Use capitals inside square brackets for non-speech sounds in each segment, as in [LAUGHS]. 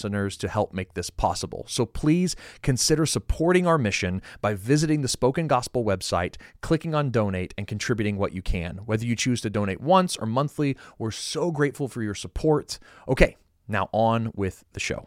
to help make this possible. So please consider supporting our mission by visiting the Spoken Gospel website, clicking on donate, and contributing what you can. Whether you choose to donate once or monthly, we're so grateful for your support. Okay, now on with the show.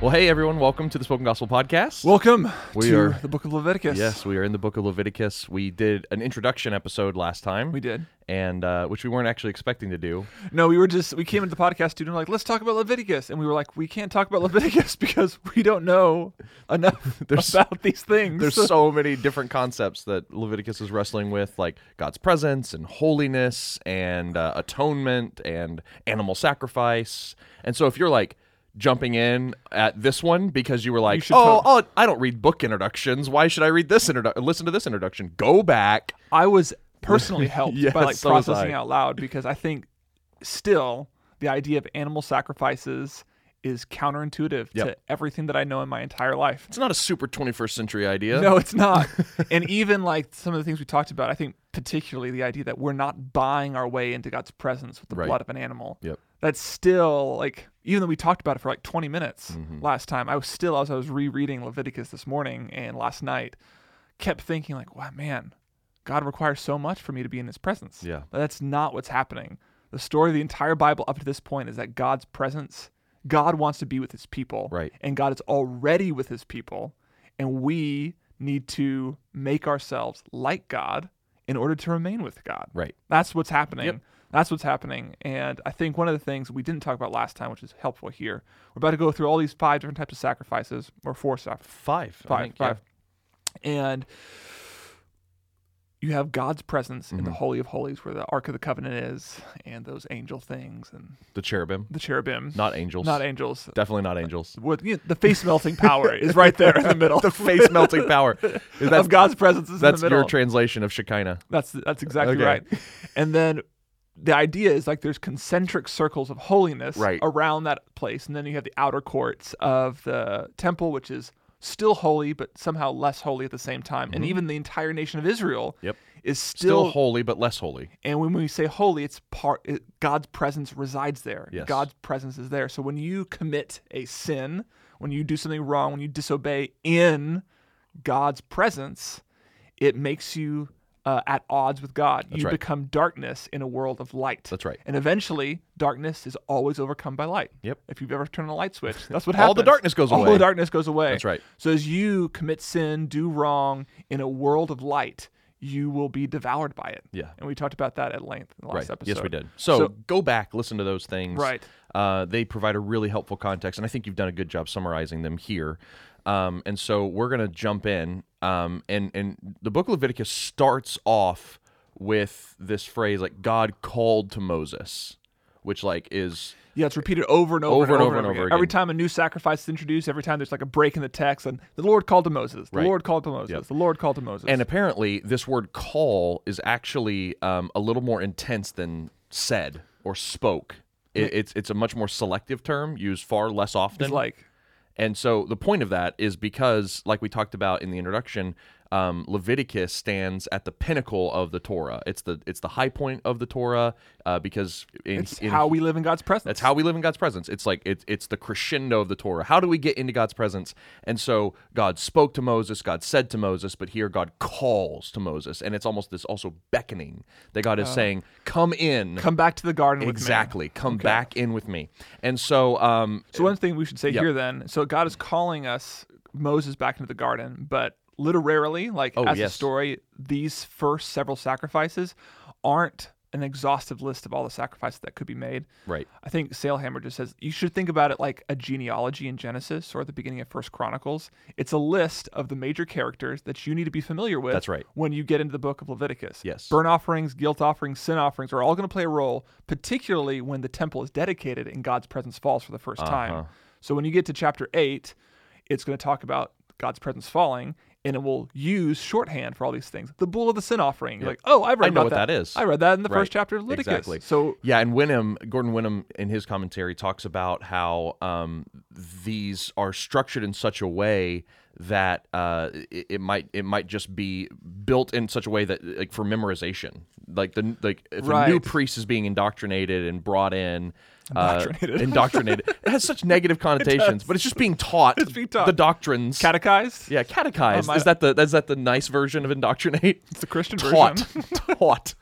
Well, hey everyone, welcome to the Spoken Gospel Podcast. Welcome We to are- the book of Leviticus. yes, we are in the book of Leviticus. We did an introduction episode last time. We did. And uh, which we weren't actually expecting to do. No, we were just we came into the podcast studio and like, let's talk about Leviticus. And we were like, we can't talk about Leviticus [LAUGHS] because we don't know [LAUGHS] enough There's- about these things. There's [LAUGHS] so many different concepts that Leviticus is wrestling with, like God's presence and holiness and uh, atonement and animal sacrifice. And so, if you're like jumping in at this one because you were like, should "Oh, tot- oh, I don't read book introductions. Why should I read this introduction? Listen to this introduction. Go back." I was [LAUGHS] personally helped Yes, by like so was processing I. out loud because I think still the idea of animal sacrifices is counterintuitive to Yep. everything that I know in my entire life. It's not a super 21st century idea. No, [LAUGHS] it's not. and even like some of the things we talked about, I think particularly the idea that we're not buying our way into God's presence with the Right. blood of an animal. Yep. That's still like even though we talked about it for like 20 minutes Mm-hmm. last time, I was still as I was rereading Leviticus this morning and last night, kept thinking like, wow, man, God requires so much for me to be in His presence. Yeah. but that's not what's happening. The story of the entire Bible up to this point is that God's presence, God wants to be with His people, Right. And God is already with His people, and we need to make ourselves like God in order to remain with God. Right. That's what's happening. Yep. That's what's happening. And I think one of the things we didn't talk about last time, which is helpful here, we're about to go through all these five different types of sacrifices, or four sacrifices Five. I five, think, yeah. five. And you have God's presence in Mm-hmm. the Holy of Holies, where the Ark of the Covenant is, and those angel things, and The cherubim. the cherubim. Not angels. Not angels. Definitely not [LAUGHS] angels. With, you know, the face melting power is right [LAUGHS] there in the middle. the face melting power. That's, [LAUGHS] of God's presence is that's in the middle. your translation of Shekinah. That's that's exactly Okay. right. And then the idea is like there's concentric circles of holiness Right. around that place, and then you have the outer courts of the temple, which is still holy but somehow less holy at the same time. And even the entire nation of Israel Mm-hmm. Yep. is Still still, holy, but less holy. and when we say holy, it's part it, God's presence resides there. Yes. God's presence is there. So when you commit a sin, when you do something wrong, when you disobey in God's presence, it makes you uh, at odds with God. you right. become darkness in a world of light. That's right. And eventually, darkness is always overcome by light. Yep. If you've ever turned on a light switch, that's what happens. All the darkness goes All away. the darkness goes away. That's right. So as you commit sin, do wrong in a world of light, you will be devoured by it. Yeah. And we talked about that at length in the last episode. Yes, we did. So, So- go back, listen to those things. Right. Uh, they provide a really helpful context, and I think you've done a good job summarizing them here. Um, and so we're going to jump in, um, and and the book of Leviticus starts off with this phrase like God called to Moses, which like is Yeah, it's repeated over and over, Over and over, and over, again. Every again. time a new sacrifice is introduced, every time there's like a break in the text, and the Lord called to Moses. The Right. Lord called to Moses. Yep. The Lord called to Moses. And apparently, this word "call" is actually um, a little more intense than "said" or "spoke." It, it's it's a much more selective term used far less often. it's like and so the point of that is because, like we talked about in the introduction, um, Leviticus stands at the pinnacle of the Torah. It's the it's the high point of the Torah uh, because in, It's in how we live in God's presence. that's how we live in God's presence. It's like it, it's the crescendo of the Torah. How do we get into God's presence? And so God spoke to Moses, God said to Moses, but here God calls to Moses, and it's almost this also beckoning that God is saying, "Come in." Uh, Come back to the garden with me. exactly. Come back in with me. And so um So one thing we should say here then, so God is calling us Moses back into the garden, but literarily, like as yes. a story, these first several sacrifices aren't an exhaustive list of all the sacrifices that could be made. right. I think Salehammer just says you should think about it like a genealogy in Genesis or at the beginning of First Chronicles. It's a list of the major characters that you need to be familiar with. That's right. When you get into the book of Leviticus, Yes. burnt offerings, guilt offerings, sin offerings are all going to play a role, particularly when the temple is dedicated and God's presence falls for the Uh-huh. 1st time. So when you get to chapter eight, it's going to talk about God's presence falling. And it will use shorthand for all these things. The bull of the sin offering. You're like, oh, I've read I know about what that is. I read that in the Right. first chapter of Leviticus. Exactly. So yeah, and Winham, Gordon Winham, in his commentary, talks about how um, these are structured in such a way that uh, it, it might it might just be built in such a way that like for memorization, like the like if a new Right. priest is being indoctrinated and brought in. uh, Indoctrinated. indoctrinated. It has such [LAUGHS] negative connotations, but it's just being taught, being taught. the doctrines. catechized. yeah, catechized. Um, I- is that the is that the nice version of indoctrinate? It's the Christian taught version. [LAUGHS] [LAUGHS] taught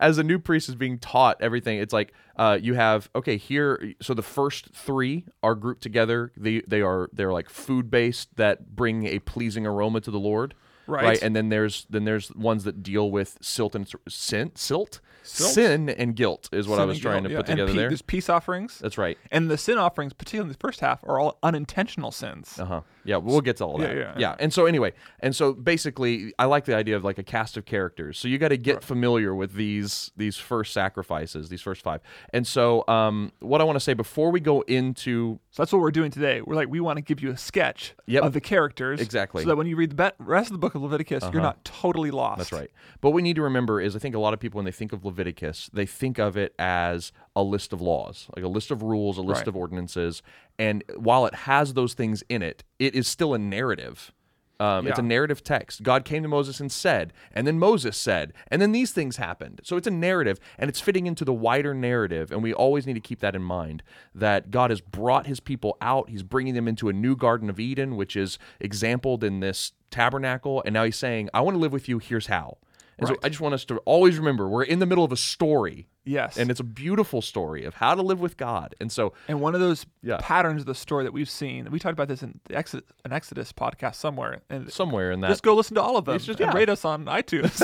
as a new priest is being taught everything it's like uh, you have okay here so the first three are grouped together they, they are they're like food based that bring a pleasing aroma to the lord Right. and then there's then there's ones that deal with silt and sin silt, Silt? sin and guilt is what i Sin was and trying guilt, to yeah. put together and pe- there There's peace offerings. that's right and the sin offerings, particularly in the first half, are all unintentional sins. Uh huh. Yeah, we'll get to all that. Yeah, yeah, yeah. And so anyway, and so basically, I like the idea of like a cast of characters. So you got to get familiar with these these first sacrifices, these first five. And so, um, what I want to say before we go into So that's what we're doing today. We're like, we want to give you a sketch Yep. of the characters. Exactly. Uh-huh. So that when you read the be- rest of the book of Leviticus, you're not totally lost. That's right. But what we need to remember is I think a lot of people when they think of Leviticus, they think of it as a list of laws, like a list of rules, a list Right. of ordinances. And while it has those things in it, it is still a narrative. Um, It's a Yeah. narrative text. God came to Moses and said, and then Moses said, and then these things happened. So it's a narrative, and it's fitting into the wider narrative. And we always need to keep that in mind that God has brought his people out. He's bringing them into a new Garden of Eden, which is exampled in this tabernacle. And now he's saying, I want to live with you. Here's how. And so I just want us to always remember we're in the middle of a story, Yes. and it's a beautiful story of how to live with God. And so, And one of those Yeah. patterns of the story that we've seen, we talked about this in the Exodus, an Exodus podcast somewhere. And somewhere in that just go listen to all of them It's just- and yeah. rate us on iTunes.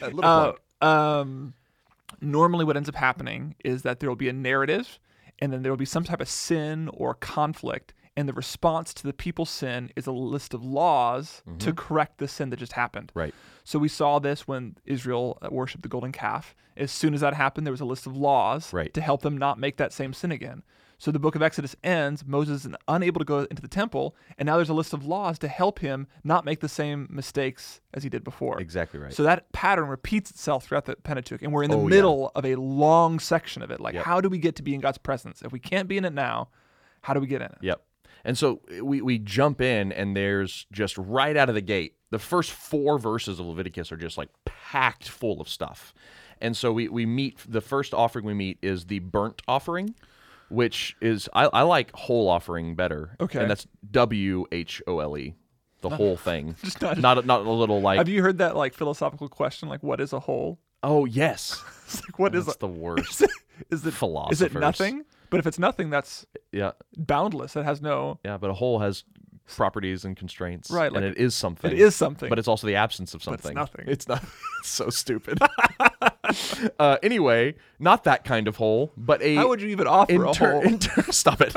[LAUGHS] little Uh, plug, um, normally, what ends up happening is that there will be a narrative, and then there will be some type of sin or conflict, and the response to the people's sin is a list of laws to correct the sin that just happened. right, So we saw this when Israel uh, worshipped the golden calf. As soon as that happened, there was a list of laws Right. to help them not make that same sin again. So the book of Exodus ends, Moses is unable to go into the temple, and now there's a list of laws to help him not make the same mistakes as he did before. exactly right. So that pattern repeats itself throughout the Pentateuch, and we're in the Oh, yeah. middle of a long section of it. Like, Yep. how do we get to be in God's presence? If we can't be in it now, how do we get in it? Yep. And so eh, we, we jump in, and there's just right out of the gate, the first four verses of Leviticus are just like packed full of stuff. And so we, we meet, the first offering we meet is the burnt offering, which is, I, I like whole offering better. Okay. And that's W H O L E, the [LAUGHS] whole thing. Just not- not, a, not a little like, Have you heard that like philosophical question, like what is a whole? [LAUGHS] oh, yes. It's like what is That's the worst. [LAUGHS] is it is it Philosophers. nothing? But if it's nothing, that's yeah. boundless. It has no. Yeah. But a whole has properties and constraints. Right, like- and it is something. It is something. But it's also the absence of something. it's nothing. It's not. [LAUGHS] It's so stupid. [LAUGHS] uh, anyway, not that kind of hole, but a. how would you even offer in a ter- whole? in [LAUGHS] ter- stop it.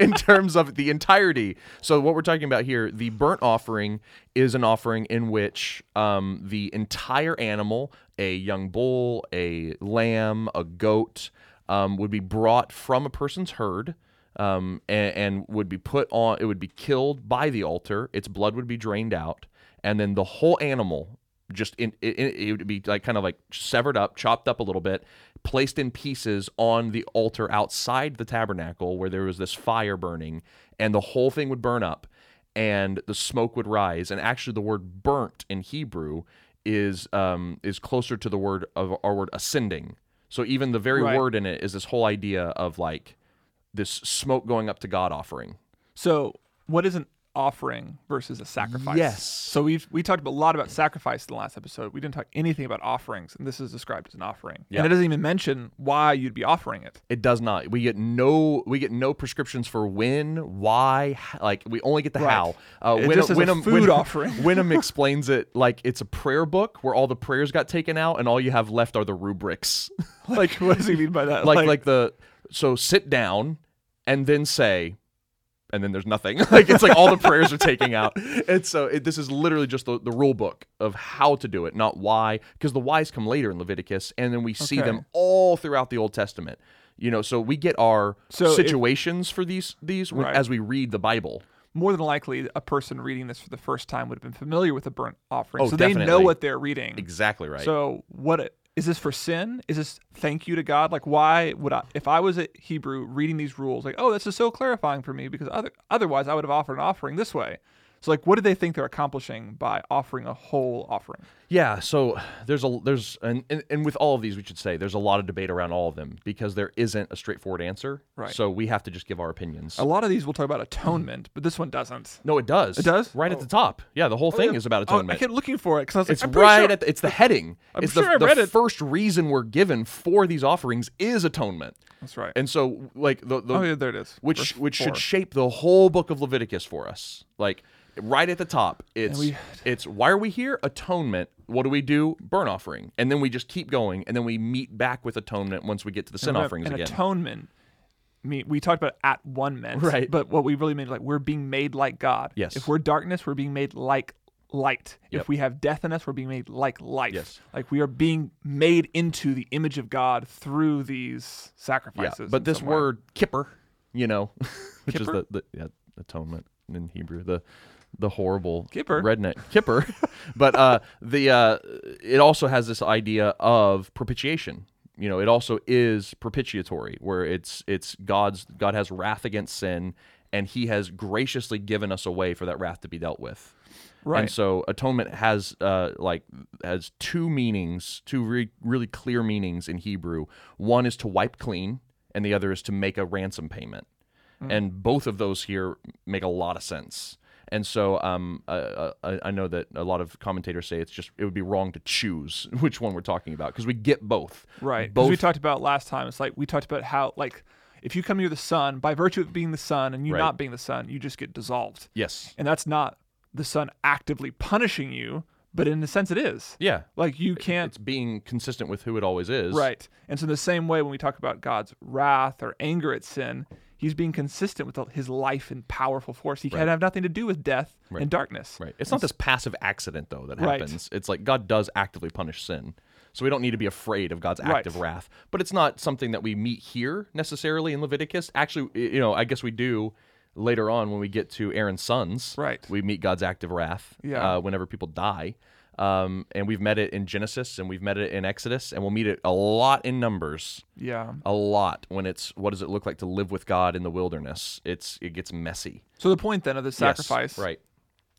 in terms of the entirety. So what we're talking about here, the burnt offering is an offering in which um, the entire animal, a young bull, a lamb, a goat, um, would be brought from a person's herd um, and, and would be put on. It would be killed by the altar. Its blood would be drained out, and then the whole animal just in it, it, it would be like kind of like severed up, chopped up a little bit, placed in pieces on the altar outside the tabernacle where there was this fire burning, and the whole thing would burn up. and the smoke would rise. And actually, the word burnt in Hebrew is um, is closer to the word of our word ascending. So even the very Right. word in it is this whole idea of like this smoke going up to God offering. So, what is an offering versus a sacrifice? Yes. So we we talked a lot about sacrifice in the last episode. We didn't talk anything about offerings, and this is described as an offering. Yeah. And it doesn't even mention why you'd be [LAUGHS] offering it. It does not. We get no. We get no prescriptions for when, why. h- Like we only get the Right. how. Uh, It just is a [LAUGHS] food offering. Winham explains it like it's a prayer book where all the prayers got taken out and all you have left are the rubrics. Like, what does he mean by that? [LAUGHS] like, like the so sit down and then say, and then there's nothing. [LAUGHS] like it's like all the prayers are taking [LAUGHS] out. And so it, this is literally just the, the rule book of how to do it, not why, because the whys come later in Leviticus, and then we see Okay. them all throughout the Old Testament. You know, so we get our So if- situations for these these when- Right. as we read the Bible. more than likely, a person reading this for the first time would have been familiar with a burnt offering, Oh, so they know definitely. what they're reading. Exactly right. So, what is this for sin? Is this thank you to God? Like, why would I, if I was a Hebrew reading these rules, like, oh, this is so clarifying for me because other, otherwise I would have offered an offering this way. So, like, what do they think they're accomplishing by offering a whole offering? Yeah, so there's a there's and, and and with all of these, we should say there's a lot of debate around all of them because there isn't a straightforward answer. Right. So we have to just give our opinions. A lot of these will talk about atonement, but this one doesn't. No, it does. It does? Right at the top. Yeah, the whole thing is about Oh, I atonement. kept looking for it because I was like, it's I'm pretty right sure- at the, it's the heading. it's sure the, I the read it. first reason we're given for these offerings is atonement. That's right. And so like the, the oh, yeah, there it is. which Verse which four. should shape the whole book of Leviticus for us. Like right at the top, it's we- it's why are we here? Atonement. What do we do? Burnt offering. And then we just keep going and then we meet back with atonement once we get to the sin Remember, offerings an again. atonement. Me, we talked about at one meant, Right. But what we really mean, like we're being made like God. Yes. If we're darkness, we're being made like light. Yep. If we have death in us, we're being made like life. Yes. Like we are being made into the image of God through these yeah. sacrifices. in But this some way. word kipper, you know, [LAUGHS] which is Kippur? the, the yeah, atonement in Hebrew, the the horrible Kipper. redneck kipper. [LAUGHS] but uh, the uh, it also has this idea of propitiation. You know, it also is propitiatory, where it's it's God's God has wrath against sin, and He has graciously given us a way for that wrath to be dealt with. And Right. so atonement has uh, like has two meanings, two re- really clear meanings in Hebrew. One is to wipe clean, and the other is to make a ransom payment. Mm. And both of those here make a lot of sense. And so um, uh, I, I know that a lot of commentators say it's just it would be wrong to choose [LAUGHS] which one we're talking about because we get both. Right. Because Both. we talked about last time. It's like we talked about how like if you come near the sun, by virtue of being the sun and you Right. not being the sun, you just get dissolved. yes. And that's not the sun actively punishing you, but in a sense it is. Yeah. Like you can't It's being consistent with who it always is. right. And so in the same way when we talk about God's wrath or anger at sin, he's being consistent with his life and powerful force. He can have nothing to do with death and darkness. Right. It's not this passive accident though that Right. happens. It's like God does actively punish sin. So we don't need to be afraid of God's active Right. wrath. But it's not something that we meet here necessarily in Leviticus. Actually, y- you know, I guess we do later on when we get to Aaron's sons. Right. We meet God's active wrath Yeah. uh, whenever people die. Um, and we've met it in Genesis and we've met it in Exodus and we'll meet it a lot in Numbers Yeah. a lot when it's what does it look like to live with God in the wilderness it's it gets messy So the point then of the Yes, sacrifice right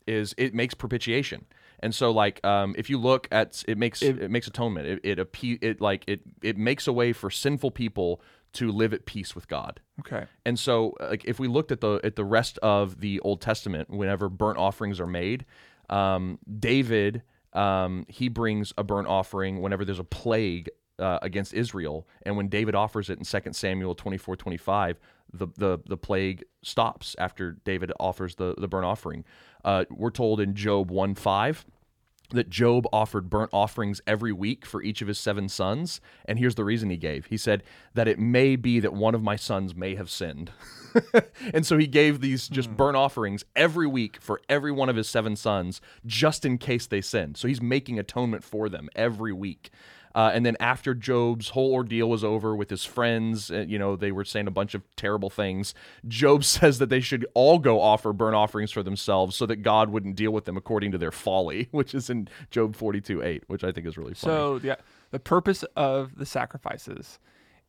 is it makes propitiation and so like um, if you look at it makes it, makes atonement it it, appe- it like it it makes a way for sinful people to live at peace with god Okay. and so like if we looked at the at the rest of the old testament whenever burnt offerings are made um, david um, he brings a burnt offering whenever there's a plague uh, against israel and when david offers it in 2 samuel 24 25 the, the, the plague stops after david offers the, the burnt offering uh, we're told in job 1 5 that Job offered burnt offerings every week for each of his seven sons. And here's the reason he gave he said, That it may be that one of my sons may have sinned. [LAUGHS] and so he gave these just burnt offerings every week for every one of his seven sons, just in case they sinned. So he's making atonement for them every week. Uh, and then after Job's whole ordeal was over with his friends, uh, you know, they were saying a bunch of terrible things. Job [LAUGHS] says that they should all go offer burnt offerings for themselves so that God wouldn't deal with them according to their folly, [LAUGHS] which is in Job 42 8, which I think is really funny. So the the purpose of the sacrifices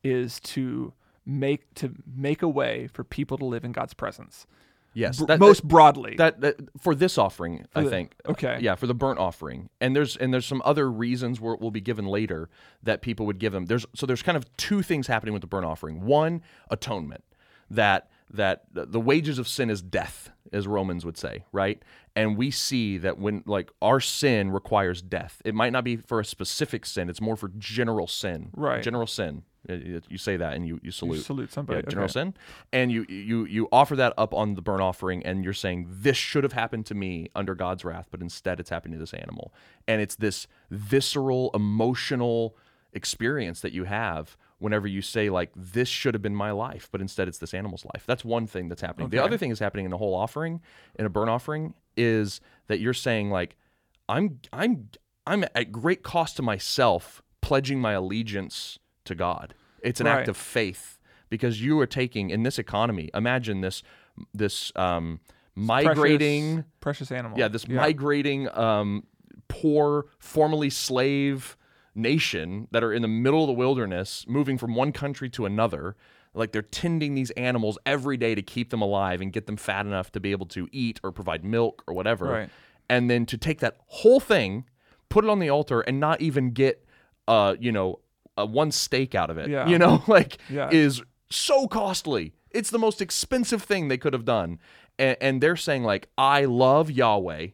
is to make to make a way for people to live in God's presence. Yes, br- that- most broadly. that, that for this offering, I the- think. okay. Yeah, for the burnt offering, and there's and there's some other reasons where it will be given later that people would give them. There's so there's kind of two things happening with the burnt offering. One, atonement, that that the the wages of sin is death, as Romans would say, right? And we see that when like our sin requires death. It might not be for a specific sin; it's more for general sin. Right. General sin. Uh, You you say that, and you you salute salute somebody. yeah, general okay. sin and you you you offer that up on the burnt offering and you're saying this should have happened to me under god's wrath but instead it's happened to this animal and it's this visceral emotional experience that you have whenever you say like this should have been my life but instead it's this animal's life that's one thing that's happening the other thing that's happening in the whole offering in a burnt offering is that you're saying like i'm i'm i'm at great cost to myself pledging my allegiance to god it's an act Right. of faith because you are taking in this economy imagine this this um Precious- migrating precious, animal. yeah this migrating um poor formerly slave nation that are in the middle of the wilderness moving from one country to another like they're tending these animals every day to keep them alive and get them fat enough to be able to eat or provide milk or whatever Right. and then to take that whole thing put it on the altar and not even get uh you know uh, one steak out of it Yeah. you [LAUGHS] know like Yeah. is so costly. It's the most expensive thing they could have done. And, and they're saying like, I love Yahweh,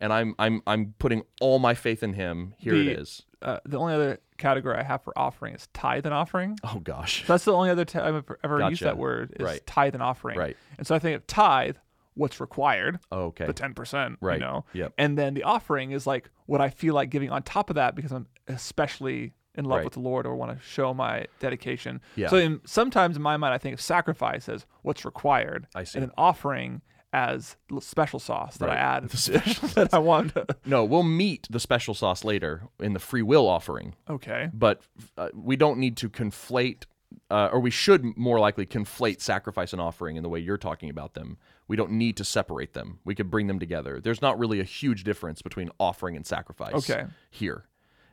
and I'm I'm I'm putting all my faith in Him. Here it The- is. Uh, the only other category I have for offering is tithe and offering. Oh [LAUGHS] gosh. So that's the only other time I've ever used Gotcha. that word is Right. tithe and offering. Right. And so I think of tithe, what's required, Okay. the ten percent, Right. you know, Yep. and then the offering is like what I feel like giving on top of that because I'm especially in love Right. with the Lord or want to show my dedication. Yeah. So in, sometimes in my mind, I think of sacrifice as what's required, I see. and an offering as l- special sauce that Right. I add [LAUGHS] that I want. to- [LAUGHS] No, we'll meet the special sauce later in the free will offering, okay. but uh, we don't need to conflate. Uh, or we should more likely conflate sacrifice and offering in the way you're talking about them. We don't need to separate them. We could bring them together. There's not really a huge difference between offering and sacrifice. Okay. here.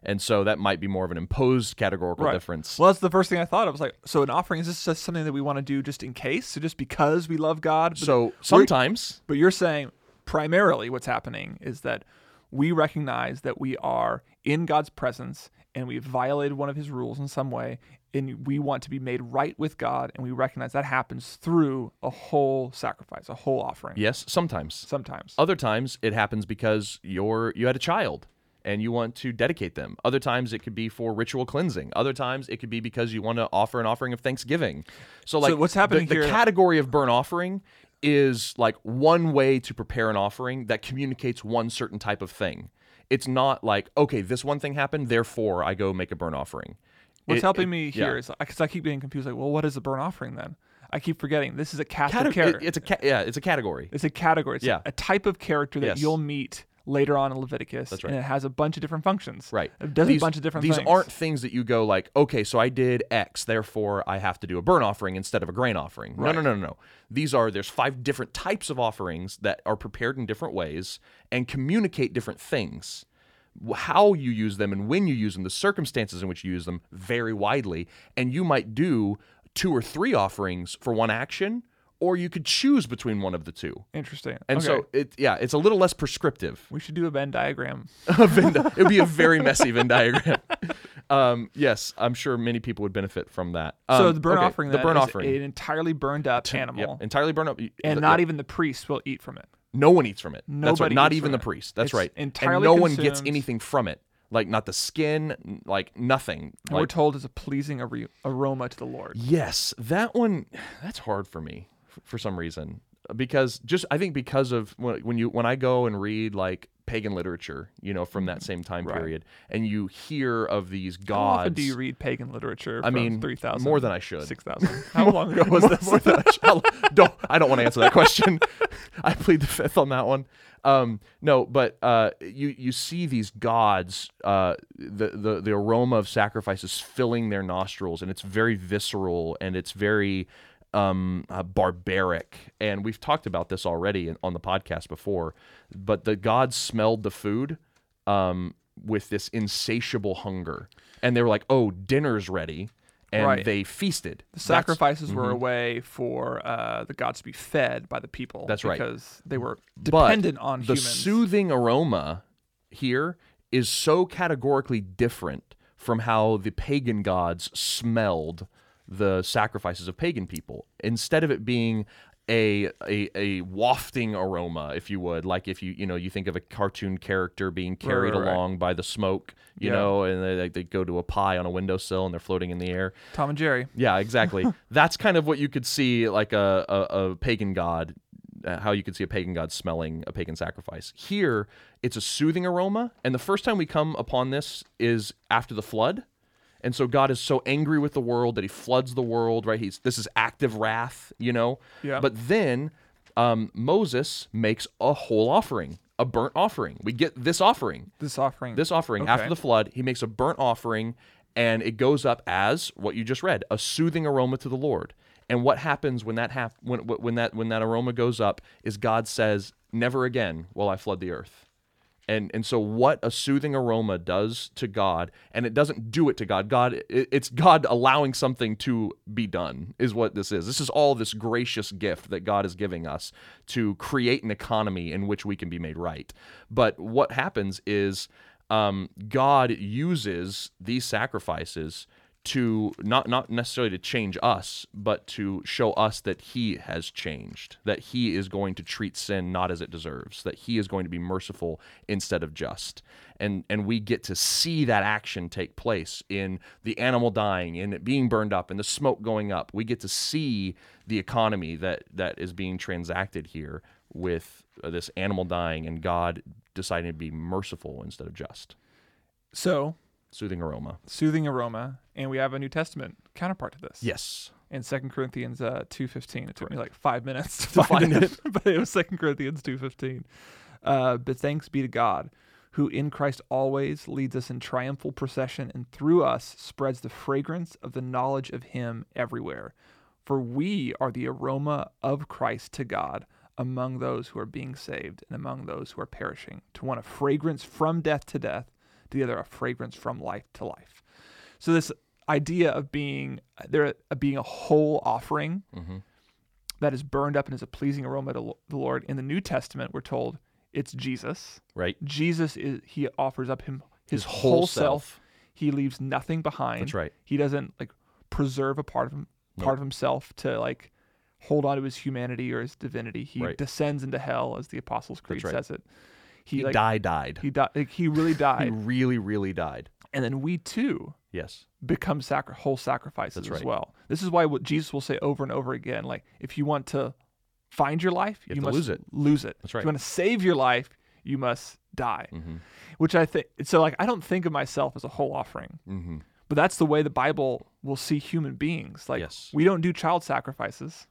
And so that might be more of an imposed categorical Right. difference. Well, that's the first thing I thought. I was like, so an offering is this just something that we want to do just in case, so just because we love God. But so sometimes, But you're saying primarily what's happening is that we recognize that we are in God's presence and we've violated one of his rules in some way and we want to be made right with God and we recognize that happens through a whole sacrifice, a whole offering. yes, sometimes. Sometimes. Other times it happens because you're you had a child and you want to dedicate them. Other times it could be for ritual cleansing. Other times it could be because you want to offer an offering of thanksgiving. So like what's the- happening the, here- category of burnt offering is like one way to prepare an offering that communicates one certain type of thing. It's not like, okay, this one thing happened, therefore I go make a burnt offering. What's It- helping it- me yeah. here is because I keep getting confused like, well, what is a burnt offering then? I keep forgetting. This is a Catholic Cate- character. it- it's a ca- yeah, it's a category. It's a category. It's Yeah. a type of character that Yes. you'll meet later on in Leviticus. right. And it has a bunch of different functions. Right. It does These- a bunch of different These things. aren't things that you go like, okay, so I did X, therefore I have to do a burnt offering instead of a grain offering. No, no, no, no, no. These are there's five different types of offerings that are prepared in different ways and communicate different things. Wh- How you use them and when you use them, the circumstances in which you use them vary widely, and you might do two or three offerings for one action, or you could choose between one of the two. interesting. And okay. so it yeah, it's a little less prescriptive. We should do a Venn diagram. a [LAUGHS] Venn di- it would be a very messy Venn diagram. [LAUGHS] Um, yes, I'm sure many people would benefit from that. so Um, the burnt okay, offering, the then burnt is offering, an entirely burned up Yep, animal, entirely burnt up, and not even the priest will eat from it. no one eats from it. That's right. Nobody Not eats even from the it. priest. That's It's right. and entirely no one gets consumed. anything from it. Like not the skin, n- like nothing. And we're Like, told it's a pleasing ar- aroma to the Lord. yes, that one. [SIGHS] That's hard for me f- for some reason because just I think because of when, when you when I go and read like pagan literature, you know, from that same time Mm-hmm. Right. period, and you hear of these gods. How often do you read pagan literature? I from mean, 3,000, more than I should. [LAUGHS] 6,000. How long ago was this? More than I [LAUGHS] shall- don't I don't want to answer that question. [LAUGHS] I plead the fifth on that one. Um, no, but uh, you you see these gods, uh, the, the the aroma of sacrifices filling their nostrils, and it's very visceral and it's very um, uh, barbaric. And we've talked about this already in, on the podcast before, but the gods smelled the food um, with this insatiable hunger, and they were like, "Oh, dinner's ready." and Right. they feasted. The [LAUGHS] That's- sacrifices were Mhm. a way for uh, the gods to be fed by the people. That's right. Because they were But dependent on the humans. soothing aroma here is so categorically different from how the pagan gods smelled the sacrifices of pagan people instead of it being a, a a wafting aroma if you would like if you you know you think of a cartoon character being carried right, right. along by the smoke you Yeah. know and they, they go to a pie on a windowsill and they're floating in the air Tom and Jerry. yeah, exactly. That's kind of what you could see, like a, a, a pagan god, uh, how you could see a pagan god smelling a pagan sacrifice. Here, it's a soothing aroma. And the first time we come upon this is after the flood. And so God is so angry with the world that he floods the world, right? He's this is active wrath, you know. Yeah. But then um, Moses makes a whole offering, a burnt offering. We get this offering This offering. this offering after Okay. the flood he makes a burnt offering and it goes up as what you just read a soothing aroma to the lord and what happens when that hap- when, when when that when that aroma goes up is god says never again will i flood the earth and and so what a soothing aroma does to god and it doesn't do it to god god it, it's god allowing something to be done is what this is this is all this gracious gift that god is giving us to create an economy in which we can be made right but what happens is um, God uses these sacrifices to not not necessarily to change us, but to show us that He has changed, that He is going to treat sin not as it deserves, that He is going to be merciful instead of just, and and we get to see that action take place in the animal dying, in it being burned up, in the smoke going up. We get to see the economy that that is being transacted here with uh, this animal dying and God deciding to be merciful instead of just. so Soothing aroma. soothing aroma, and we have a New Testament counterpart to this. Yes. In Second Corinthians uh, two fifteen, it took me like five [LAUGHS] minutes to, find, find it, but it was Second Corinthians two fifteen. Uh, but thanks be to God, who in Christ always leads us in triumphal procession, and through us spreads the fragrance of the knowledge of Him everywhere. For we are the aroma of Christ to God among those who are being saved and among those who are perishing. To one, a fragrance from death to death, to the other, a fragrance from life to life. So this idea of being there, of being a whole offering Mm-hmm. that is burned up and is a pleasing aroma to lo- the Lord. In the New Testament, we're told it's Jesus. Right? Jesus is he offers up him His his, whole, whole self. self. He leaves nothing behind. That's right. He doesn't like preserve a part of him, part of himself to like hold on to his humanity or his divinity. He Right. descends into hell, as the Apostles' Creed right. says it. He, He like died, died. he died. Like, he really [LAUGHS] died, He really, really died. and then we too Yes. become sacri- whole sacrifices That's as right. well. This is why what Jesus will say over and over again, like if you want to find your life, you, have to must lose it. Lose it. That's If right. you want to save your life, you must die. Mm-hmm. Which I think so. Like I don't think of myself as a whole offering, Mm-hmm. but that's the way the Bible will see human beings. Like Yes. we don't do child sacrifices,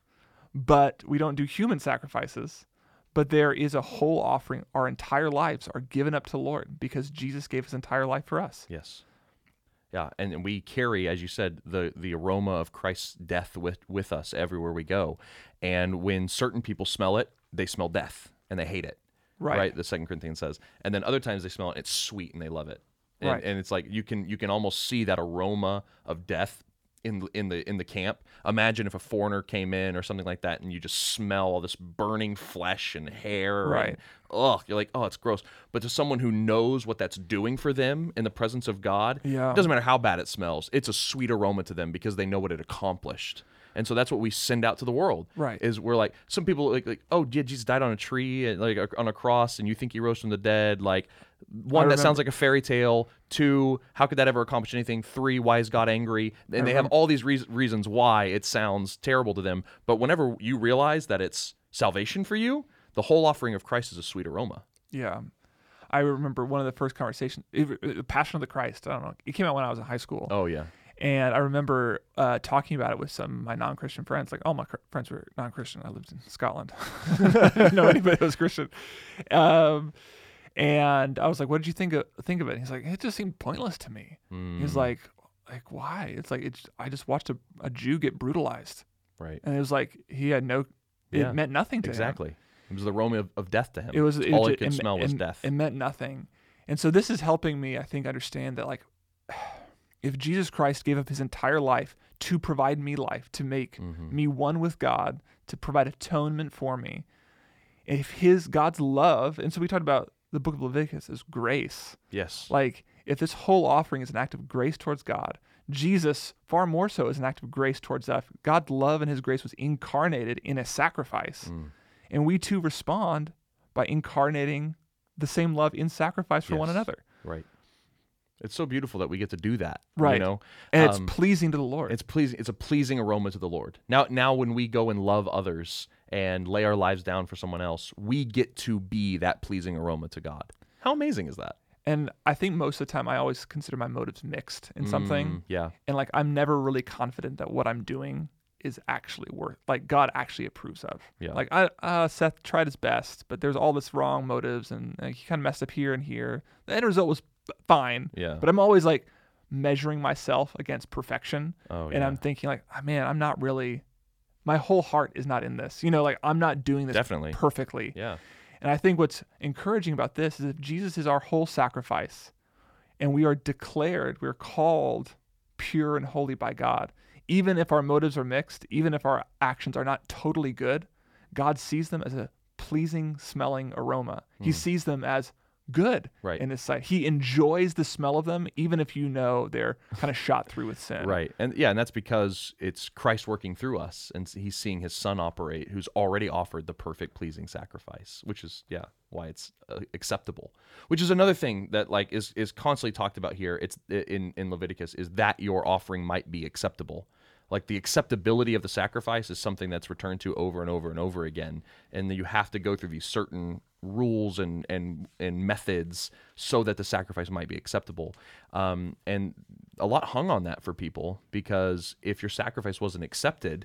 but we don't do human sacrifices. But there is a whole offering. Our entire lives are given up to the Lord because Jesus gave His entire life for us. Yes. Yeah, and and we carry, as you said, the the aroma of Christ's death with with us everywhere we go. And when certain people smell it, they smell death and they hate it. Right. the second Corinthians says. And then other times they smell it, it's sweet and they love it. And, Right. and it's like you can you can almost see that aroma of death in the- in the in the camp. Imagine if a foreigner came in or something like that, and you just smell all this burning flesh and hair. Right. And, ugh, you're like, oh, it's gross. But to someone who knows what that's doing for them in the presence of God, Yeah. it doesn't matter how bad it smells. It's a sweet aroma to them because they know what it accomplished. And so that's what we send out to the world. Right. Is we're like some people like, like oh yeah Jesus died on a tree and like on a cross and you think he rose from the dead like one that sounds like a fairy tale two how could that ever accomplish anything three why is God angry and they have all these reas reasons why it sounds terrible to them but whenever you realize that it's salvation for you the whole offering of Christ is a sweet aroma Yeah. I remember one of the first conversations, it- it- The Passion of the Christ. I don't know. It came out when I was in high school. oh yeah And I remember uh, talking about it with some of my non Christian friends. Like, all my cr- friends were non Christian. I lived in Scotland. [LAUGHS] I didn't know anybody that was Christian. Um, and I was like, what did you think of, think of it? And he's like, it just seemed pointless to me. Hmm, Mm. He's like, like why? It's like it's, I just watched a, a Jew get brutalized, right and it was like he had no, it Yeah. meant nothing to him. exactly it was the aroma of, of death to him It was all he ju- could it, smell was it- death It meant nothing, and so this is helping me, I think, understand that like [SIGHS] if Jesus Christ gave up his entire life to provide me life, to make Mm-hmm. me one with God, to provide atonement for me, if his God's love, and so we talked about the book of Leviticus is grace. Yes. Like if this whole offering is an act of grace towards God, Jesus far more so is an act of grace towards us. God's love and his grace was incarnated in a sacrifice. Mm. And we too respond by incarnating the same love in sacrifice for one Yes. another. Right. It's so beautiful that we get to do that. You Right. know, And it's Um, pleasing to the Lord. it's pleasing. It's a pleasing aroma to the Lord. Now, now when we go and love others and lay our lives down for someone else, we get to be that pleasing aroma to God. How amazing is that? and I think most of the time I always consider my motives mixed in something. Mm, yeah. And like I'm never really confident that what I'm doing is actually worth like God actually approves of. Yeah. Like I uh Seth tried his best, but there's all this wrong motives and like, he kind of messed up here and here. The end result was fine. Yeah. But I'm always like measuring myself against perfection oh, and I'm thinking like, "Ah, man, I'm not really my whole heart is not in this. You know, like I'm not doing this Definitely. perfectly. yeah. And I think what's encouraging about this is if Jesus is our whole sacrifice and we are declared, we're called pure and holy by God, even if our motives are mixed, even if our actions are not totally good, God sees them as a pleasing smelling aroma. He sees them as good Hmm. Right. in his sight. He enjoys the smell of them, even if you know they're kind of shot through with sin. Right. And yeah, and that's because it's Christ working through us and he's seeing his son operate who's already offered the perfect pleasing sacrifice, which is yeah, why it's uh, acceptable. Which is another thing that like is is constantly talked about here. It's in in Leviticus is that your offering might be acceptable. Like the acceptability of the sacrifice is something that's returned to over and over and over again, and you have to go through these certain rules and and and methods so that the sacrifice might be acceptable. Um, and a lot hung on that for people because if your sacrifice wasn't accepted,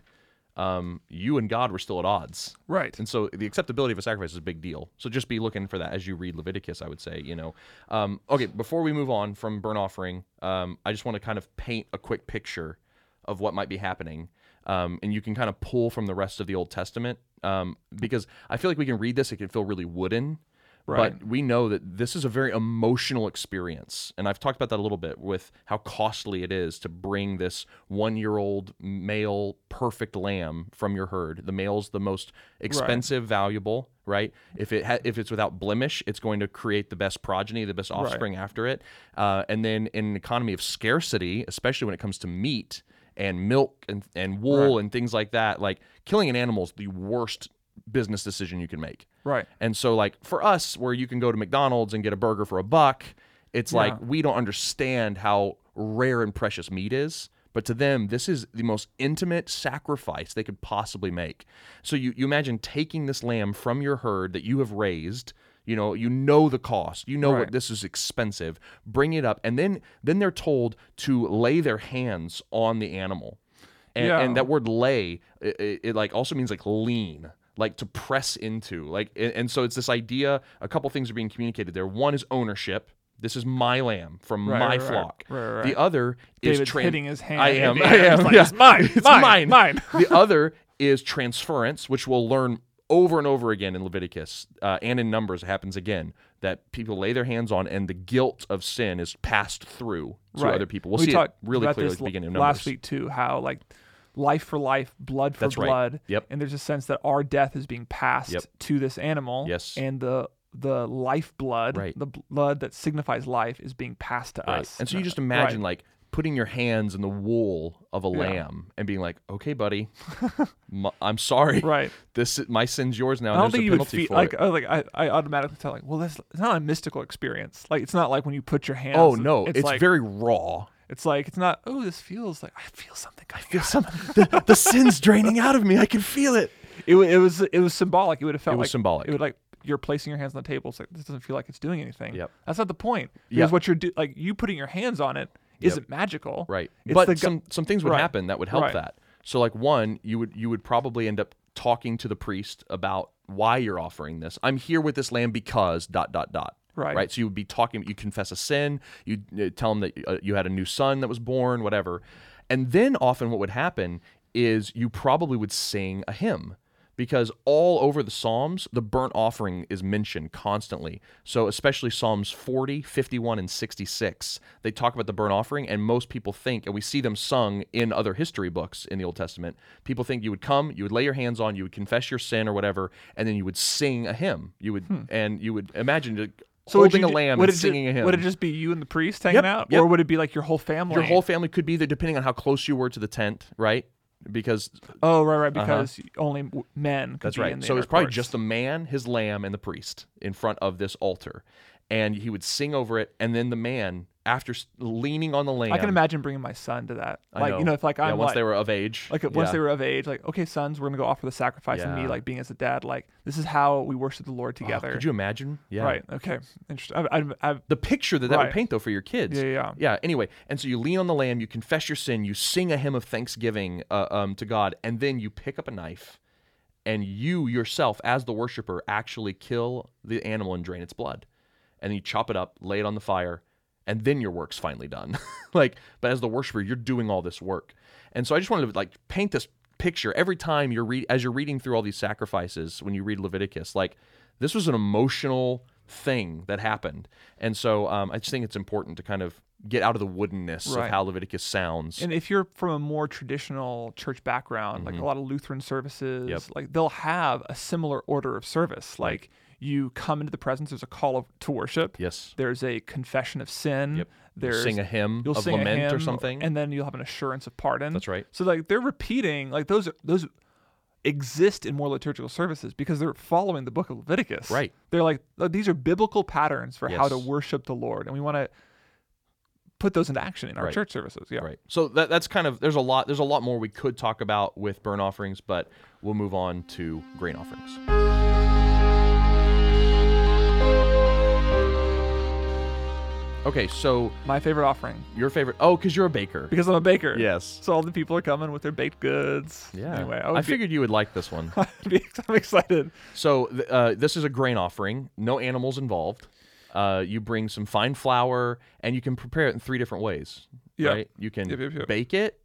um, you and God were still at odds. Right. And so the acceptability of a sacrifice is a big deal. So just be looking for that as you read Leviticus, I would say, you know. Um, okay, before we move on from burnt offering, um, I just want to kind of paint a quick picture of what might be happening. Um, and you can kind of pull from the rest of the Old Testament um, because I feel like we can read this, it can feel really wooden. Right. But we know that this is a very emotional experience. And I've talked about that a little bit with how costly it is to bring this one year old male perfect lamb from your herd. The male's the most expensive, valuable, right? If it ha- if it's without blemish, it's going to create the best progeny, the best offspring after it. Uh, and then in an economy of scarcity, especially when it comes to meat and milk and, and wool and things like that, like killing an animal is the worst business decision you can make. Right. And so like for us where you can go to McDonald's and get a burger for a buck, it's like we don't understand how rare and precious meat is. But to them, this is the most intimate sacrifice they could possibly make. So you, you imagine taking this lamb from your herd that you have raised, you know, you know the cost, you know what Right. this is expensive, bring it up, and then then they're told to lay their hands on the animal. And, Yeah. and that word lay it, it, it, like also means like lean like to press into like and, and so it's this idea a couple things are being communicated there one is ownership this is my lamb from Right, my right, right. flock Right, right, the right. other is David's tran- hitting his hand. i in am [LAUGHS] the i air. am It's like, yeah. It's mine. It's mine. [LAUGHS] Mine. the other is transference, which we'll learn over and over again in Leviticus uh, and in Numbers. It happens again that people lay their hands on, and the guilt of sin is passed through to other people. We'll we see it talked really about clearly at this the l- beginning of Numbers. last week too. How like life for life, blood for That's right. blood. Yep. And there's a sense that our death is being passed Yep. to this animal. Yes. And the the life blood, Right. the bl- blood that signifies life, is being passed to Right. us. And so you just Right. imagine like putting your hands in the wool of a lamb and being like, "Okay, buddy, [LAUGHS] m- I'm sorry. Right. This is, my sin's yours now. I don't and there's think a you would penalty feel for like it." oh, like I, I automatically tell like well this it's not a mystical experience like it's not like when you put your hands Oh no, it's, it's, like very raw. [LAUGHS] it's like it's not oh this feels like I feel something I feel Something the, the sin's draining out of me. I can feel it. It, wa- it was it was symbolic. It would have felt It was like- symbolic. It would like you're placing your hands on the table. It's like this doesn't feel like it's doing anything. Yep. That's not the point. Yep. Because what you're do, like you putting your hands on it not magical. Right. It's but the gu- some some things would Right. happen that would help Right. that. So like one, you would you would probably end up talking to the priest about why you're offering this. I'm here with this lamb because dot dot dot. Right. Right. So you would be talking. You confess a sin. You uh, tell him that uh, you had a new son that was born. Whatever. And then often what would happen is you probably would sing a hymn because all over the Psalms, the burnt offering is mentioned constantly. So, especially Psalms 40, 51, and 66, they talk about the burnt offering, and most people think, and we see them sung in other history books in the Old Testament, people think you would come, you would lay your hands on, you would confess your sin or whatever, and then you would sing a hymn. You would, and you would imagine it would holding you a ju- lamb would and it ju- singing a hymn. Would it just be you and the priest hanging out, yep. or would it be like your whole family? your whole family could be there depending on how close you were to the tent, right? Because oh, right, right, because only w- men. Uh-huh. Could That's be right. In the so it's it's probably just the man, his lamb, and the priest in front of this altar, and he would sing over it, and then the man, after s- leaning on the lamb, I can imagine bringing my son to that. I Like you know, if like yeah, I'm once like, they were of age, like once yeah. they were of age, like okay, sons, we're gonna go offer the sacrifice, and me Yeah. like being as a dad, like this is how we worship the Lord Oh, together. could you imagine? Yeah, Right. Okay. Interesting. I, I, I, The picture that that Right. would paint though for your kids. Yeah, yeah. yeah. Anyway, and so you lean on the lamb, you confess your sin, you sing a hymn of thanksgiving uh, um, to God, and then you pick up a knife, and you yourself, as the worshiper, actually kill the animal and drain its blood, and then you chop it up, lay it on the fire, and then your work's finally done. [LAUGHS] like, but as the worshiper, you're doing all this work, and so I just wanted to like paint this picture every time you're read as you're reading through all these sacrifices when you read Leviticus, like this was an emotional thing that happened, and so um, I just think it's important to kind of get out of the woodenness Right. of how Leviticus sounds. and if you're from a more traditional church background, like a lot of Lutheran services, Mm-hmm. Yep. like they'll have a similar order of service. Like you come into the presence, there's a call of, to worship. yes, There's a confession of sin. Yep. There's sing a hymn you'll of sing a lament or hymn, something. and then you'll have an assurance of pardon. That's right. So like they're repeating like those those exist in more liturgical services because they're following the book of Leviticus. Right. They're like "Oh, these are biblical patterns for how to Yes. worship the Lord, and we want to put those into action in our Right. church services. Yeah. Right. So that, that's kind of there's a lot there's a lot more we could talk about with burn offerings, but we'll move on to grain offerings. Okay, so My favorite offering your favorite? Oh, because you're a baker. because I'm a baker. Yes. So all the people are coming with their baked goods. Yeah. Anyway, I, I, would be- figured you would like this one. [LAUGHS] I'd be, I'm excited. so th- uh, this is a grain offering. No animals involved. Uh, you bring some fine flour, and you can prepare it in three different ways. Yeah. Right. You can Yep, yep, yep. bake it.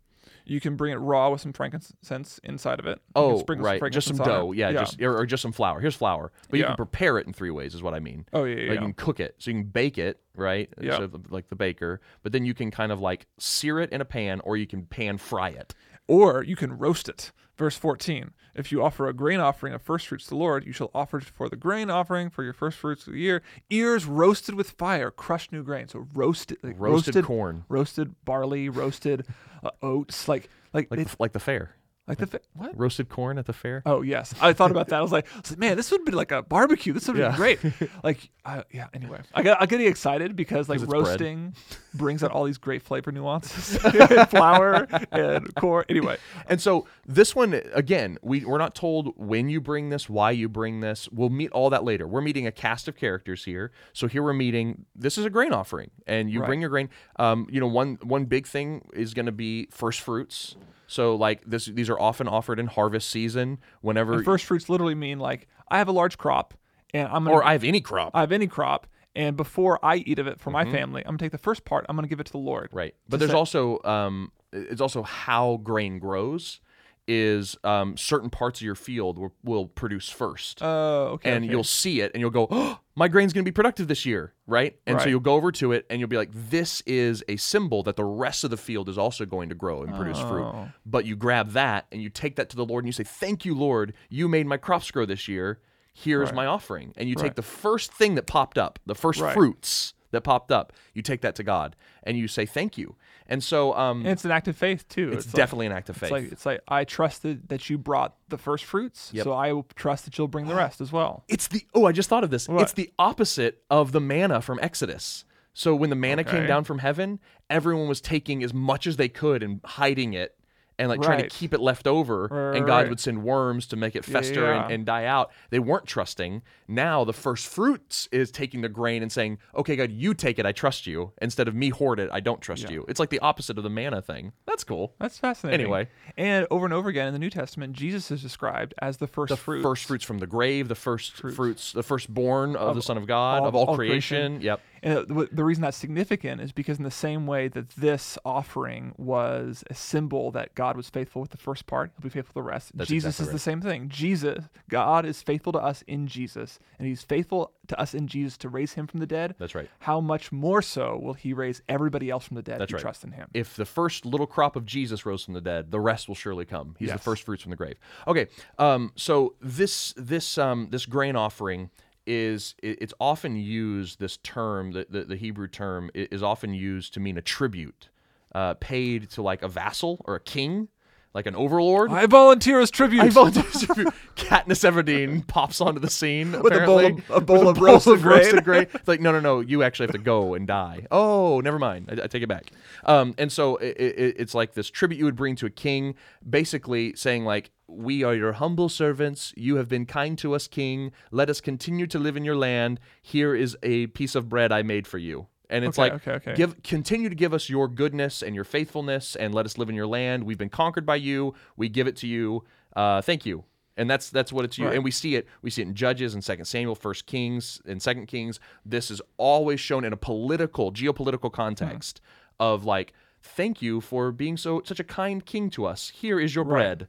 You can bring it raw with some frankincense inside of it. You can Oh, sprinkle right. just some frankincense on dough. it. Yeah, just or, or just some flour. Here's flour, but you Yeah. can prepare it in three ways. Is what I mean. Oh yeah, yeah. Like yeah. you can cook it, so you can bake it, right? Yeah. So, like the baker, but then you can kind of like sear it in a pan, or you can pan fry it. or you can roast it. Verse 14 If you offer a grain offering of first fruits to the Lord, you shall offer for the grain offering for your first fruits of the year ears roasted with fire, crushed new grain. So roasted, like Roasted corn. roasted barley, roasted uh, [LAUGHS] oats, like like Like like, the, like the fair, like the fa- what? roasted corn at the fair. Oh yes, I thought about that. I was like, I was like, man, this would be like a barbecue. This would be Yeah. [LAUGHS] great. Like, uh, yeah. Anyway, I got I get excited because like it's bread. roasting brings out all these great flavor nuances, [LAUGHS] and flour and corn. Anyway, And so this one again, we we're not told when you bring this, why you bring this. We'll meet all that later. We're meeting a cast of characters here. So here we're meeting. This is a grain offering, and you bring your grain. Um, you know, one one big thing is going to be first fruits. So like this, these are often offered in harvest season. Whenever first fruits literally mean like I have a large crop and I'm gonna or I have any crop, I have any crop and before I eat of it for my family, I'm gonna take the first part. I'm gonna give it to the Lord. Mm-hmm. right? But there's also um, it's also how grain grows. Is um, certain parts of your field will, will produce first. Oh, okay. and okay. you'll see it and you'll go, oh, my grain's going to be productive this year, right? And so Right. you'll go over to it and you'll be like, this is a symbol that the rest of the field is also going to grow and produce Oh. fruit. But you grab that and you take that to the Lord and you say, thank you, Lord, you made my crops grow this year. Here's my offering. And you take the first thing that popped up, the first Right. fruits that popped up, you take that to God and you say, thank you. And so um, And it's an act of faith too. it's, It's, like, definitely an act of faith. it's like it's like I trusted that you brought the first fruits, so I will trust that you'll bring the rest as well. It's the oh, I just thought of this. It's the opposite of the manna from Exodus. So when the manna Okay. came down from heaven, everyone was taking as much as they could and hiding it and like trying to Right. keep it left over Right, and right, God right. would send worms to make it fester and, yeah. and die out. They weren't trusting. Now the first fruits is taking the grain and saying, Okay, God, you take it, I trust you. Instead of me hoard it, I don't trust you. It's like the opposite of the manna thing. That's cool. That's fascinating. Anyway. and over and over again in the New Testament, Jesus is described as the first fruit. First fruits from the grave, the first fruits, the firstborn of, the Son of God, all- of all, all creation. creation. Yep. And it- w- the reason that's significant is because, in the same way that this offering was a symbol that God was faithful with the first part, He'll be faithful with the rest. That's Jesus exactly is the same thing. Jesus, God is faithful to us in Jesus, and He's faithful to us in Jesus to raise Him from the dead. That's right. How much more so will He raise everybody else from the dead That's who right. trust in Him? If the first little crop of Jesus rose from the dead, the rest will surely come. He's the Yes. first fruits from the grave. Okay, um, so this this um, this grain offering is i- it's often used. This term, the the, the Hebrew term, i- is often used to mean a tribute uh, paid to like a vassal or a king, like an overlord. I volunteer as tribute. I volunteer to [LAUGHS] tribute. Katniss Everdeen pops onto the scene with a bowl apparently, of- a bowl with of roasted grain. grain. It's like, no, no, no, you actually have to go and die. Oh, never mind. I, I take it back. Um, and so i i it's like this tribute you would bring to a king, basically saying like, we are your humble servants. You have been kind to us, king. Let us continue to live in your land. Here is a piece of bread I made for you. And it's Okay, like, okay, okay. give give continue to give us your goodness and your faithfulness and let us live in your land we've been conquered by you we give it to you uh, thank you and that's that's what it's you and we see it we see it in judges and second samuel first kings and second kings this is always shown in a political geopolitical context of like thank you for being so such a kind king to us here is your bread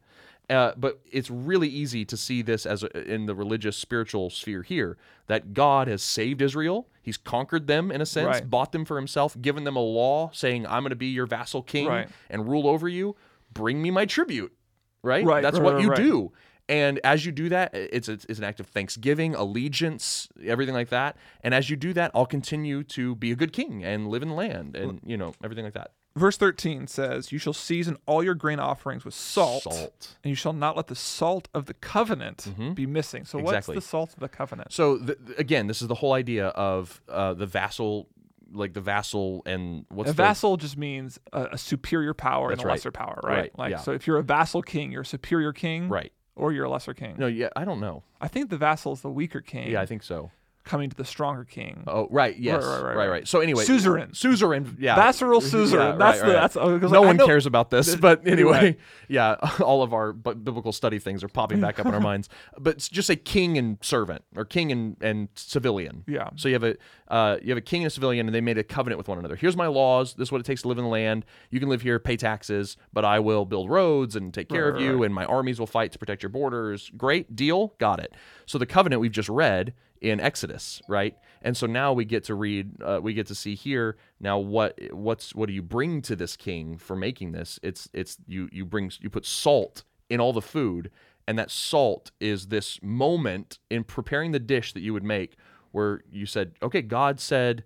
uh, but it's really easy to see this as a, in the religious spiritual sphere here that god has saved israel he's conquered them in a sense Right. bought them for himself, given them a law saying, I'm going to be your vassal king Right. and rule over you. Bring me my tribute, right? Right, That's right, what right, you right. do. And as you do that, it's, it's it's an act of thanksgiving, allegiance, everything like that. And as you do that, I'll continue to be a good king and live in the land and, you know, everything like that. Verse 13 says, You shall season all your grain offerings with salt, Salt. Mm-hmm. and you shall not let the salt of the covenant be missing. So, Exactly. what's the salt of the covenant? So th- th- again, this is the whole idea of uh, the vassal, like the vassal and what's A the vassal just means a, a superior power That's and a right. lesser power, right? Right, Like, yeah. so if you're a vassal king, you're a superior king, right? or you're a lesser king. No, yeah, I don't know. I think the vassal is the weaker king Yeah, I think so. coming to the stronger king. Oh, right, yes, right, right, right, right. right. So anyway, Suzerain. suzerain, yeah, [LAUGHS] Vassaral Yeah, suzerain. right, that's the right. that's I was no like, I one know- cares about [LAUGHS] this, but anyway, right. [LAUGHS] yeah, all of our bu- biblical study things are popping back up [LAUGHS] in our minds. But it's just say king and servant, or king and, and civilian. Yeah. So you have a uh, you have a king and a civilian, and they made a covenant with one another. Here's my laws. This is what it takes to live in the land. You can live here, pay taxes, but I will build roads and take care Right, of right, you, and my armies will fight to protect your borders. Great deal, got it. So the covenant we've just read in Exodus, right? And so now we get to read, uh, we get to see here now what what's what do you bring to this king for making this? It's it's you you bring you put salt in all the food, and that salt is this moment in preparing the dish that you would make where you said, okay, God said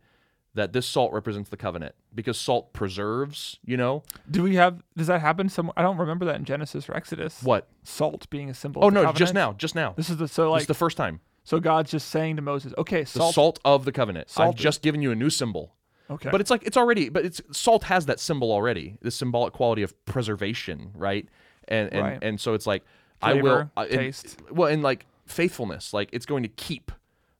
that this salt represents the covenant because salt preserves, you know Do we have? Does that happen somewhere? I don't remember that in Genesis or Exodus. what? salt being a symbol? Oh of the no, just covenant? now, just now. This This is the so like is the first time. so God's just saying to Moses, okay, The salt. salt of the covenant. I've Salt is- just given you a new symbol. okay, But it's like it's already but it's salt has that symbol already. The symbolic quality of preservation, right? And and Right. and so it's like Flavor, I will I- and- taste. well, and like faithfulness, like it's going to keep.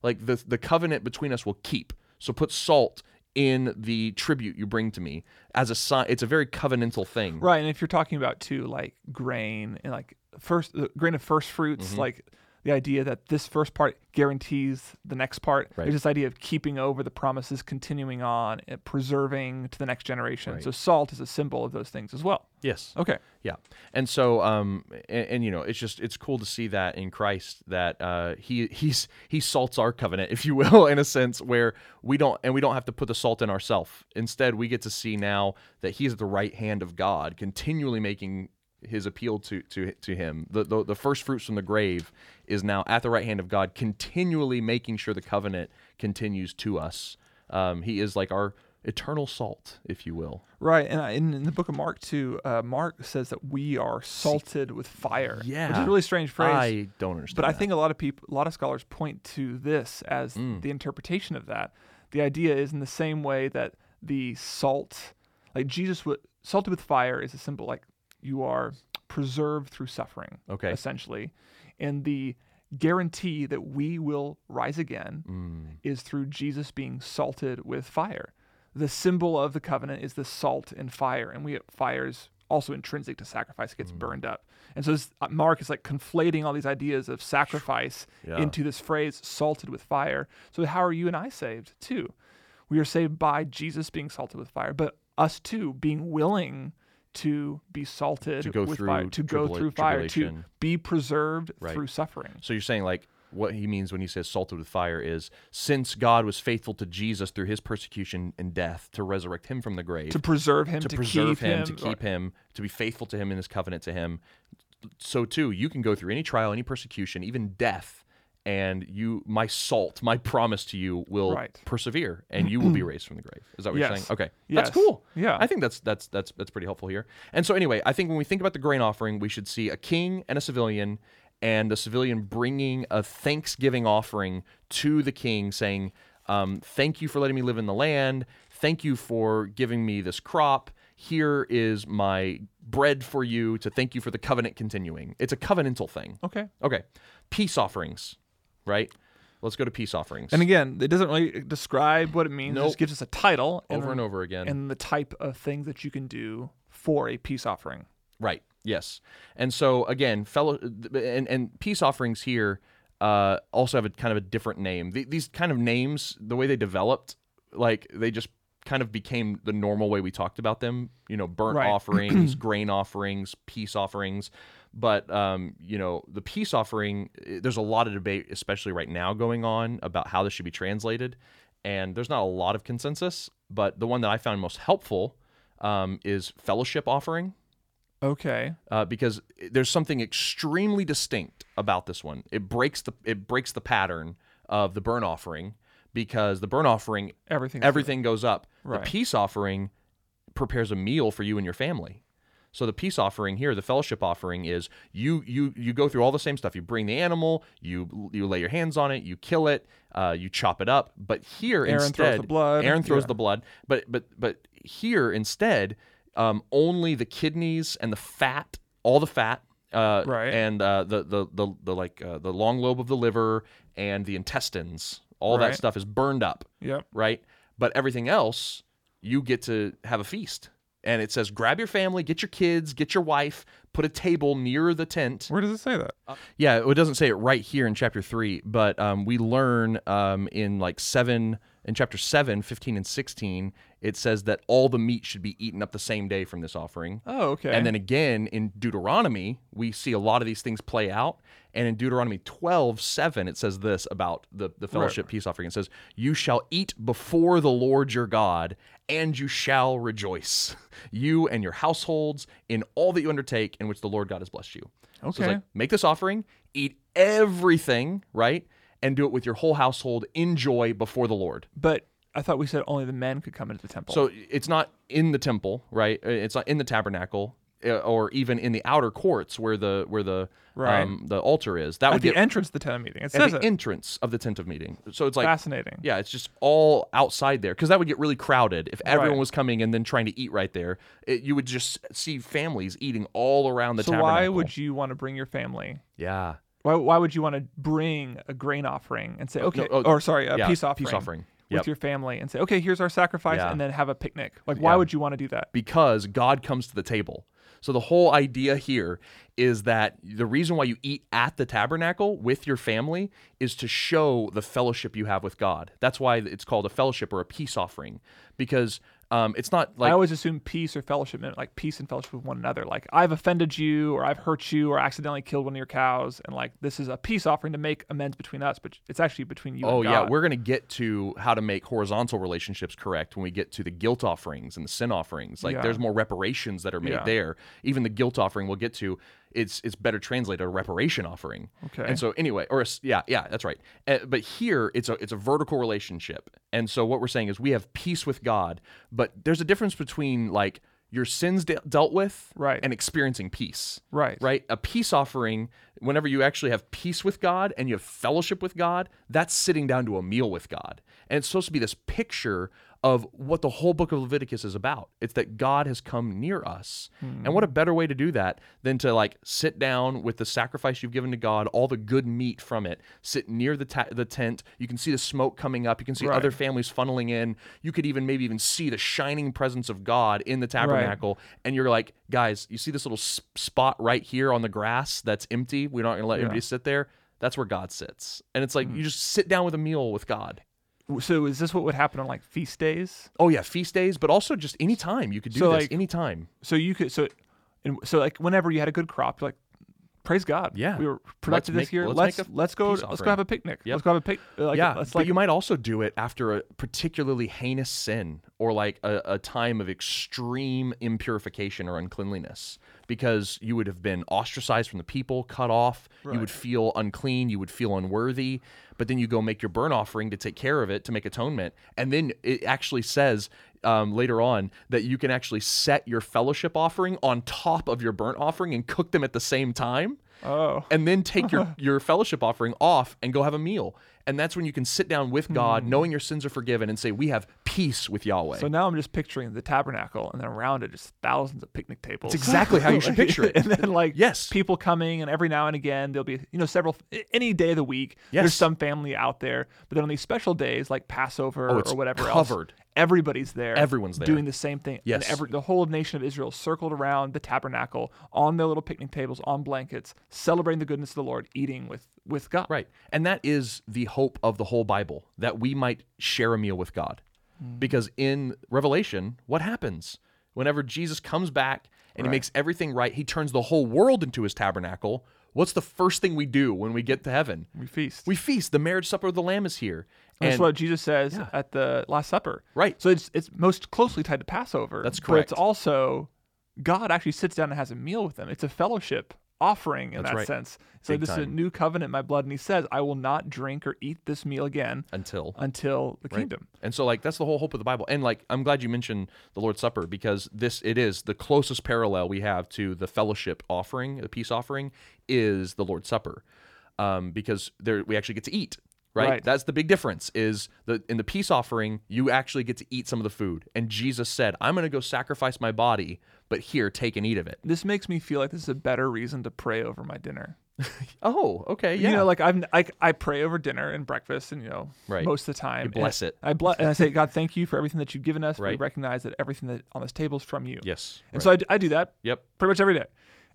Like the the covenant between us will keep. So put salt in the tribute you bring to me as a sign. It's a very covenantal thing. Right, and if you're talking about too like grain and like first the grain of first fruits, like the idea that this first part guarantees the next part. Right. There's this idea of keeping over the promises, continuing on, and preserving to the next generation. So salt is a symbol of those things as well. Yes. Okay, Yeah, and so um, and, and you know, it's just it's cool to see that in Christ that uh, he he's he salts our covenant, [LAUGHS] if you will, in a sense where we don't and we don't have to put the salt in ourselves. Instead, we get to see now that he is at the right hand of God, continually making his appeal to to to him. The, the the first fruits from the grave is now at the right hand of God, continually making sure the covenant continues to us. Um, he is like our eternal salt, if you will. right, and I, in, in the book of Mark too, uh, Mark says that we are salted with fire. which is Yeah. a really strange phrase. I don't understand. But I that. think a lot of people, a lot of scholars point to this as the interpretation of that. The idea is in the same way that the salt, like Jesus, wa salted with fire, is a symbol like you are preserved through suffering, Okay. essentially, and the guarantee that we will rise again Mm. is through Jesus being salted with fire. The symbol of the covenant is the salt and fire, and we fires also intrinsic to sacrifice it gets Mm. burned up. And so this, uh, Mark is like conflating all these ideas of sacrifice Yeah. into this phrase salted with fire. So how are you and I saved too? We We are saved by Jesus being salted with fire, but us too being willing to be salted To go with through fire, to go tribula- through fire, to tribulation. be preserved Right. through suffering. So you're saying like what he means when he says salted with fire is since God was faithful to Jesus through his persecution and death to resurrect him from the grave, To preserve him, to to, preserve keep him, him, uh, to keep him, to be faithful to him in his covenant to him. So too, you can go through any trial, any persecution, even death, and you my salt, my promise to you will Right. persevere and you will be raised from the grave. Is that what you're Yes. saying? Okay. That's Yes. cool. Yeah. I think that's that's that's that's pretty helpful here. And so anyway, I think when we think about the grain offering, we should see a king and a civilian and the civilian bringing a thanksgiving offering to the king saying, um, thank you for letting me live in the land. Thank you for giving me this crop. Here is my bread for you to thank you for the covenant continuing. It's a covenantal thing. Okay. Okay. Peace offerings, right? Let's go to peace offerings. And again, it doesn't really describe what it means. It Nope. just gives us a title over and then- over again. and the type of thing that you can do for a peace offering. Right. Yes. And so again, fellow and and peace offerings here uh, also have a kind of a different name. Th- these kind of names, the way they developed, like they just kind of became the normal way we talked about them. You know, burnt Right. offerings, grain offerings, peace offerings. But um, you know, the peace offering. eh, There's a lot of debate, especially right now, going on about how this should be translated. And there's not a lot of consensus. But the one that I found most helpful um, is fellowship offering Okay. uh, because there's something extremely distinct about this one. It breaks the it breaks the pattern of the burn offering because the burn offering Everything. everything goes up. Right. The peace offering prepares a meal for you and your family. So the peace offering here, the fellowship offering is you you you go through all the same stuff. You bring the animal, you you lay your hands on it, you kill it, uh, you chop it up. But here Aaron throws instead, the blood. Aaron throws Yeah. the blood. But but but here instead, um, only the kidneys and the fat, all the fat, uh, Right. and uh, the, the the the like uh, the long lobe of the liver and the intestines, all that Right. stuff is burned up Yep. right? But everything else, you get to have a feast. And it says, grab your family, get your kids, get your wife, put a table near the tent. Where does it say that? Yeah, it doesn't say it right here in chapter three, but um, we learn um, in like seven, in chapter seven, 15 and 16, it says that all the meat should be eaten up the same day from this offering. Oh, okay. And then again in Deuteronomy, we see a lot of these things play out. And in Deuteronomy 12, 7, it says this about the, the fellowship peace offering. It says, You shall eat before the Lord your God, and you shall rejoice, [LAUGHS] you and your households, in all that you undertake, in which the Lord God has blessed you. So it's Okay. like, make this offering, eat everything, right? And do it with your whole household in joy before the Lord. but I thought we said only the men could come into the temple. So it's not in the temple, right? Uh, It's not in the tabernacle, uh, or even in the outer courts where the where the Right. um, the altar is. That would at be the entrance to the town meeting, it at says the it. entrance of the tent of meeting. So it's like. Fascinating. Yeah, it's just all outside there because that would get really crowded if everyone was coming and then trying to eat right there. It, you would just see families eating all around the so tabernacle. why would you want to bring your family? yeah Why, why would you want to bring a grain offering and say, okay, oh, or sorry, a yeah, peace peace offering, offering. with Yep. your family and say, okay, here's our sacrifice, Yeah. and then have a picnic? Like, why would you want to do that? because God comes to the table. So the whole idea here is that the reason why you eat at the tabernacle with your family is to show the fellowship you have with God. That's why it's called a fellowship or a peace offering, because um, it's not I like always assume peace or fellowship meant like peace and fellowship with one another. Like I've offended you, or I've hurt you, or accidentally killed one of your cows, and like this is a peace offering to make amends between us. But it's actually between you. oh and yeah, God. we're gonna get to how to make horizontal relationships correct when we get to the guilt offerings and the sin offerings. Like Yeah. there's more reparations that are made Yeah. there. Even the guilt offering we'll get to, it's it's better translated a reparation offering. Okay. And so anyway, or a s yeah, yeah, that's right. Uh, but here it's a it's a vertical relationship, and so what we're saying is we have peace with God, but there's a difference between like your sins de- dealt with, Right. and experiencing peace, Right. right? A peace offering, whenever you actually have peace with God and you have fellowship with God, that's sitting down to a meal with God. And it's supposed to be this picture of what the whole book of Leviticus is about. It's that God has come near us. And what a better way to do that than to like sit down with the sacrifice you've given to God, all the good meat from it, sit near the, ta- the tent. You can see the smoke coming up. You can see Right. other families funneling in. You could even maybe even see the shining presence of God in the tabernacle tabernacle, and you're like, guys, you see this little s- spot right here on the grass that's empty. Hmm. We're not going to let anybody sit there. That's where God sits. And it's like, you just sit down with a meal with God. So is this what would happen on like feast days? Oh yeah, feast days, but also just any time you could do So, this. like- any time. So you could so, and so like whenever you had a good crop, you're like, praise God, Yeah. we were productive Let's this make- year. let's Let's make let's, a go peace let's offering." go have a picnic. Yep. Let's go have a pic. uh, Like, yeah, let's but like you might also do it after a particularly heinous sin or like a, a time of extreme impurification or uncleanliness because you would have been ostracized from the people, cut off, you would feel unclean, you would feel unworthy, but then you go make your burnt offering to take care of it, to make atonement. And then it actually says um, later on that you can actually set your fellowship offering on top of your burnt offering and cook them at the same time oh and then take [LAUGHS] your, your fellowship offering off and go have a meal. And that's when you can sit down with God, knowing your sins are forgiven, and say, We have peace with Yahweh. Hmm. so now I'm just picturing the tabernacle and then around it just thousands of picnic tables. That's exactly how you should picture it. and then [LAUGHS] like Yes. people coming and every now and again there'll be you know several any day of the week Yes. there's some family out there but then on these special days like passover Oh, it's or whatever covered. else everybody's there Everyone's there. doing the same thing And Yes. every, the whole of nation of israel circled around the tabernacle on their little picnic tables on blankets celebrating the goodness of the lord eating with with god Right. And that is the hope of the whole Bible that we might share a meal with God. Hmm. Because in Revelation, what happens? Whenever Jesus comes back and he makes everything right, he turns the whole world into his tabernacle. What's the first thing we do when we get to heaven? we feast We feast. The marriage supper of the Lamb is here. That's And what Jesus says at the Last Supper. Right. So it's it's most closely tied to Passover. That's But it's correct. also God actually sits down and has a meal with them. It's a fellowship offering in That's that right. sense. So Big this is a time. new covenant, in my blood, and he says, I will not drink or eat this meal again until until the kingdom. And so like that's the whole hope of the Bible. And like I'm glad you mentioned the Lord's Supper because this it is the closest parallel we have to the fellowship offering, the peace offering is the Lord's Supper. Um, because there we actually get to eat. Right? Right. That's the big difference is the in the peace offering, you actually get to eat some of the food. And Jesus said, I'm gonna go sacrifice my body, but here, take and eat of it. This makes me feel like this is a better reason to pray over my dinner. Oh, okay. Yeah. You know, like I'm like I pray over dinner and breakfast, and you know, Right. most of the time, and bless it. I bless and I say, God, thank you for everything that you've given us. We Right. recognize that everything that on this table is from you. yes. And right. so I d- I, do that Yep. pretty much every day,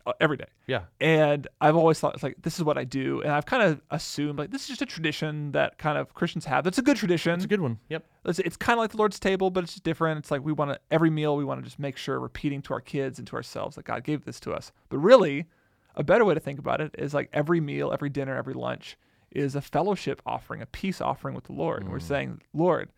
uh, every day. Yeah. And I've always thought it's like this is what I do, and I've kind of assumed like this is just a tradition that kind of Christians have. That's a good tradition. It's a good one. Yep. It's, it's kind of like the Lord's table, but it's just different. It's like we want to every meal we want to just make sure repeating to our kids and to ourselves that God gave this to us. But really, a better way to think about it is like every meal, every dinner, every lunch is a fellowship offering, a peace offering with the Lord. Mm. And we're saying, Lord,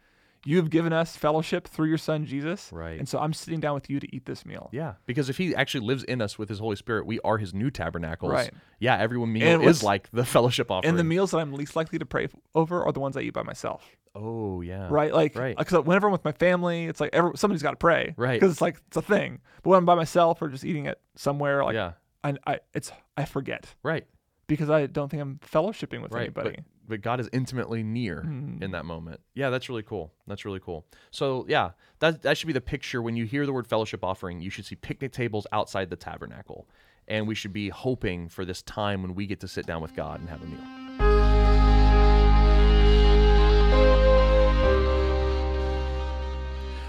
you have given us fellowship through your Son Jesus, Right. And so I'm sitting down with you to eat this meal. Yeah, because if he actually lives in us with his Holy Spirit, we are his new tabernacles. Right. Yeah, everyone meal And is what's- like the [LAUGHS] fellowship offering. And the meals that I'm least likely to pray f- over are the ones I eat by myself, oh yeah. right? Like, right. because whenever I'm with my family, it's like every, somebody's got to pray, Right. Because it's like it's a thing. But when I'm by myself or just eating it somewhere, like yeah. I, I it's I forget Right. because I don't think I'm fellowshipping with Right. But, anybody. Hmm. but God is intimately near in that moment. Yeah, that's really cool. That's really cool. So yeah, that that should be the picture when you hear the word fellowship offering. You should see picnic tables outside the tabernacle, and we should be hoping for this time when we get to sit down with God and have a meal.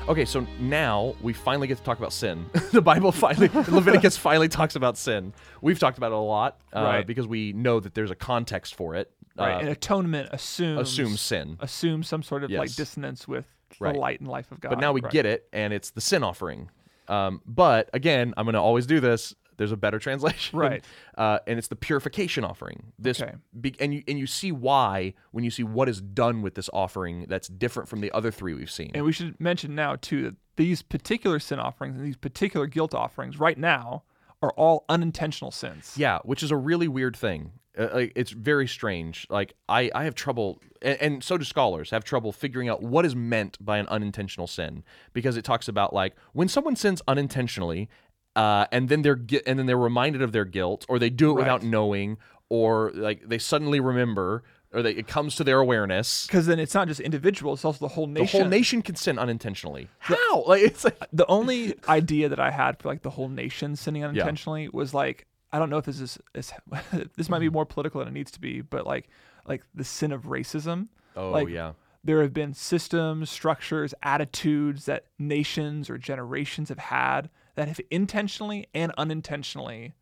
Okay, so now we finally get to talk about sin. [LAUGHS] the Bible [LAUGHS] finally, Leviticus finally talks about sin. We've talked about it a lot uh, Right. because we know that there's a context for it. right. uh, and atonement assumes assume sin. assumes some sort of like Yes. dissonance with Right. the light and life of God. But now we right. get it, and it's the sin offering. Um, but again, I'm going to always do this. There's a better [LAUGHS] translation, Right. Uh, and it's the purification offering. This, Okay. be- and you and you see why when you see what is done with this offering that's different from the other three we've seen. And we should mention now too that these particular sin offerings and these particular guilt offerings right now are all unintentional sins. Yeah, which is a really weird thing. Uh, like, it's very strange. Like I, I have trouble, and, and so do scholars have trouble figuring out what is meant by an unintentional sin because it talks about like when someone sins unintentionally, uh, and then they're gui- and then they're reminded of their guilt, or they do it without knowing, or like they suddenly remember, or they, it comes to their awareness. Because then it's not just individual; it's also the whole The nation. whole nation can sin unintentionally. How? Like it's like The only idea that I had for like the whole nation sinning unintentionally was like I don't know if this is, is [LAUGHS] this might be more political than it needs to be, but like like the sin of racism. oh like, yeah, There have been systems, structures, attitudes that nations or generations have had that have intentionally and unintentionally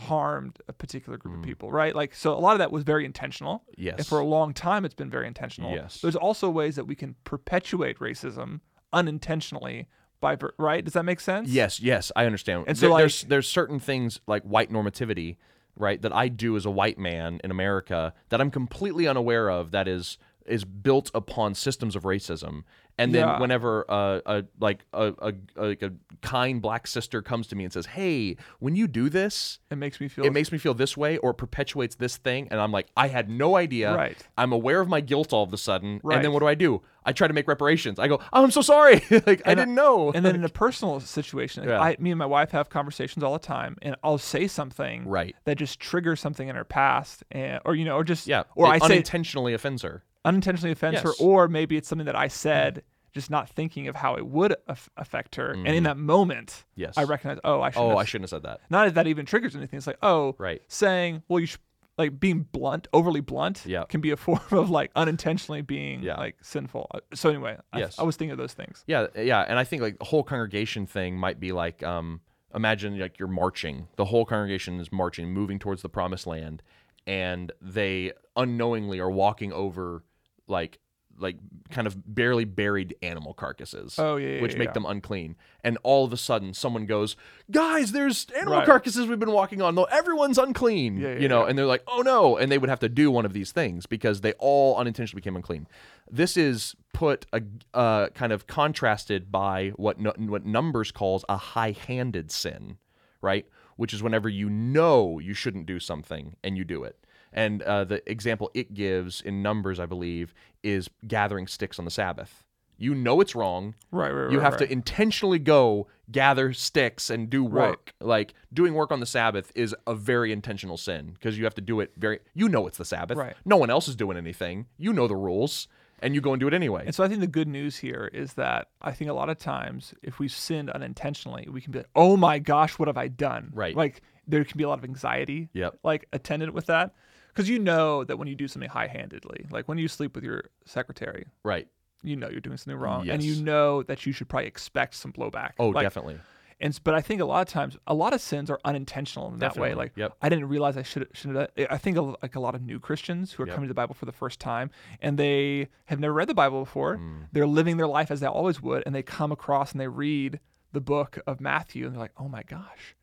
harmed a particular group of people, right? Like, so a lot of that was very intentional. Mm. Yes. And for a long time, it's been very intentional. Yes. There's also ways that we can perpetuate racism unintentionally by, ver- right? Does that make sense? Yes, yes, I understand. And And so, so like- there's there's certain things like white normativity, right, that I do as a white man in America that I'm completely unaware of. That is is built upon systems of racism. And then Yeah. whenever uh, a like a, a, a like a kind black sister comes to me and says, "Hey, when you do this." It makes me feel. It makes me feel this way, or it perpetuates this thing, and I'm like, I had no idea. Right. I'm aware of my guilt all of a sudden, and Right. then what do I do? I try to make reparations. I go, oh, I'm so sorry. [LAUGHS] like I And I- didn't [LAUGHS] know. and then in a personal situation, like, Yeah. I, me and my wife have conversations all the time, and I'll say something Right. that just triggers something in her past, and, or you know, or just yeah, or it I say unintentionally offends her. unintentionally offends her, Yes. Mm-hmm. or maybe it's something that I said, just not thinking of how it would af- affect her, and in that moment, Yes. I recognize, oh, I should. Oh, I shouldn't have said that. Not that that even triggers anything. It's like, oh, Right. saying, well, you should. Like being blunt, overly blunt, Yeah. can be a form of like unintentionally being Yeah. like sinful. Uh, So anyway, I, Yes. I was thinking of those things. Yeah, yeah, and I think like the whole congregation thing might be like, um, imagine like you're marching. The whole congregation is marching, moving towards the promised land, and they unknowingly are walking over like like kind of barely buried animal carcasses. Oh, yeah, yeah, which yeah, make yeah. them unclean. And all of a sudden, someone goes, "Guys, there's animal Right. carcasses we've been walking on. Though everyone's unclean." Yeah, yeah, you know, and they're like, "Oh no!" And they would have to do one of these things because they all unintentionally became unclean. This is put a uh, kind of contrasted by what nu- what Numbers calls a high-handed sin, right? Which is whenever you know you shouldn't do something and you do it. And uh, the example it gives in Numbers, I believe, is gathering sticks on the Sabbath. You know it's wrong, Right, right, right. you have right. to intentionally go gather sticks and do Right. work. Like doing work on the Sabbath is a very intentional sin because you have to do it very. You know it's the Sabbath. Right. No one else is doing anything. You know the rules, and you go and do it anyway. And so I think the good news here is that I think a lot of times if we've sinned unintentionally, we can be like, oh my gosh, what have I done? Right. Like there can be a lot of anxiety Yep. like attendant with that. Because you know that when you do something high handedly, like when you sleep with your secretary, right. you know you're doing something wrong. And Yes. you know that you should probably expect some blowback. Oh, like, definitely. and s- but I think a lot of times, a lot of sins are unintentional in that way. Definitely. Like Yep. I didn't realize I should should. have- I think a, like a lot of new Christians who are coming to the Bible for the first time and they have never read the Bible before. Hmm. They're living their life as they always would, and they come across and they read the book of Matthew and they're like, "Oh my gosh,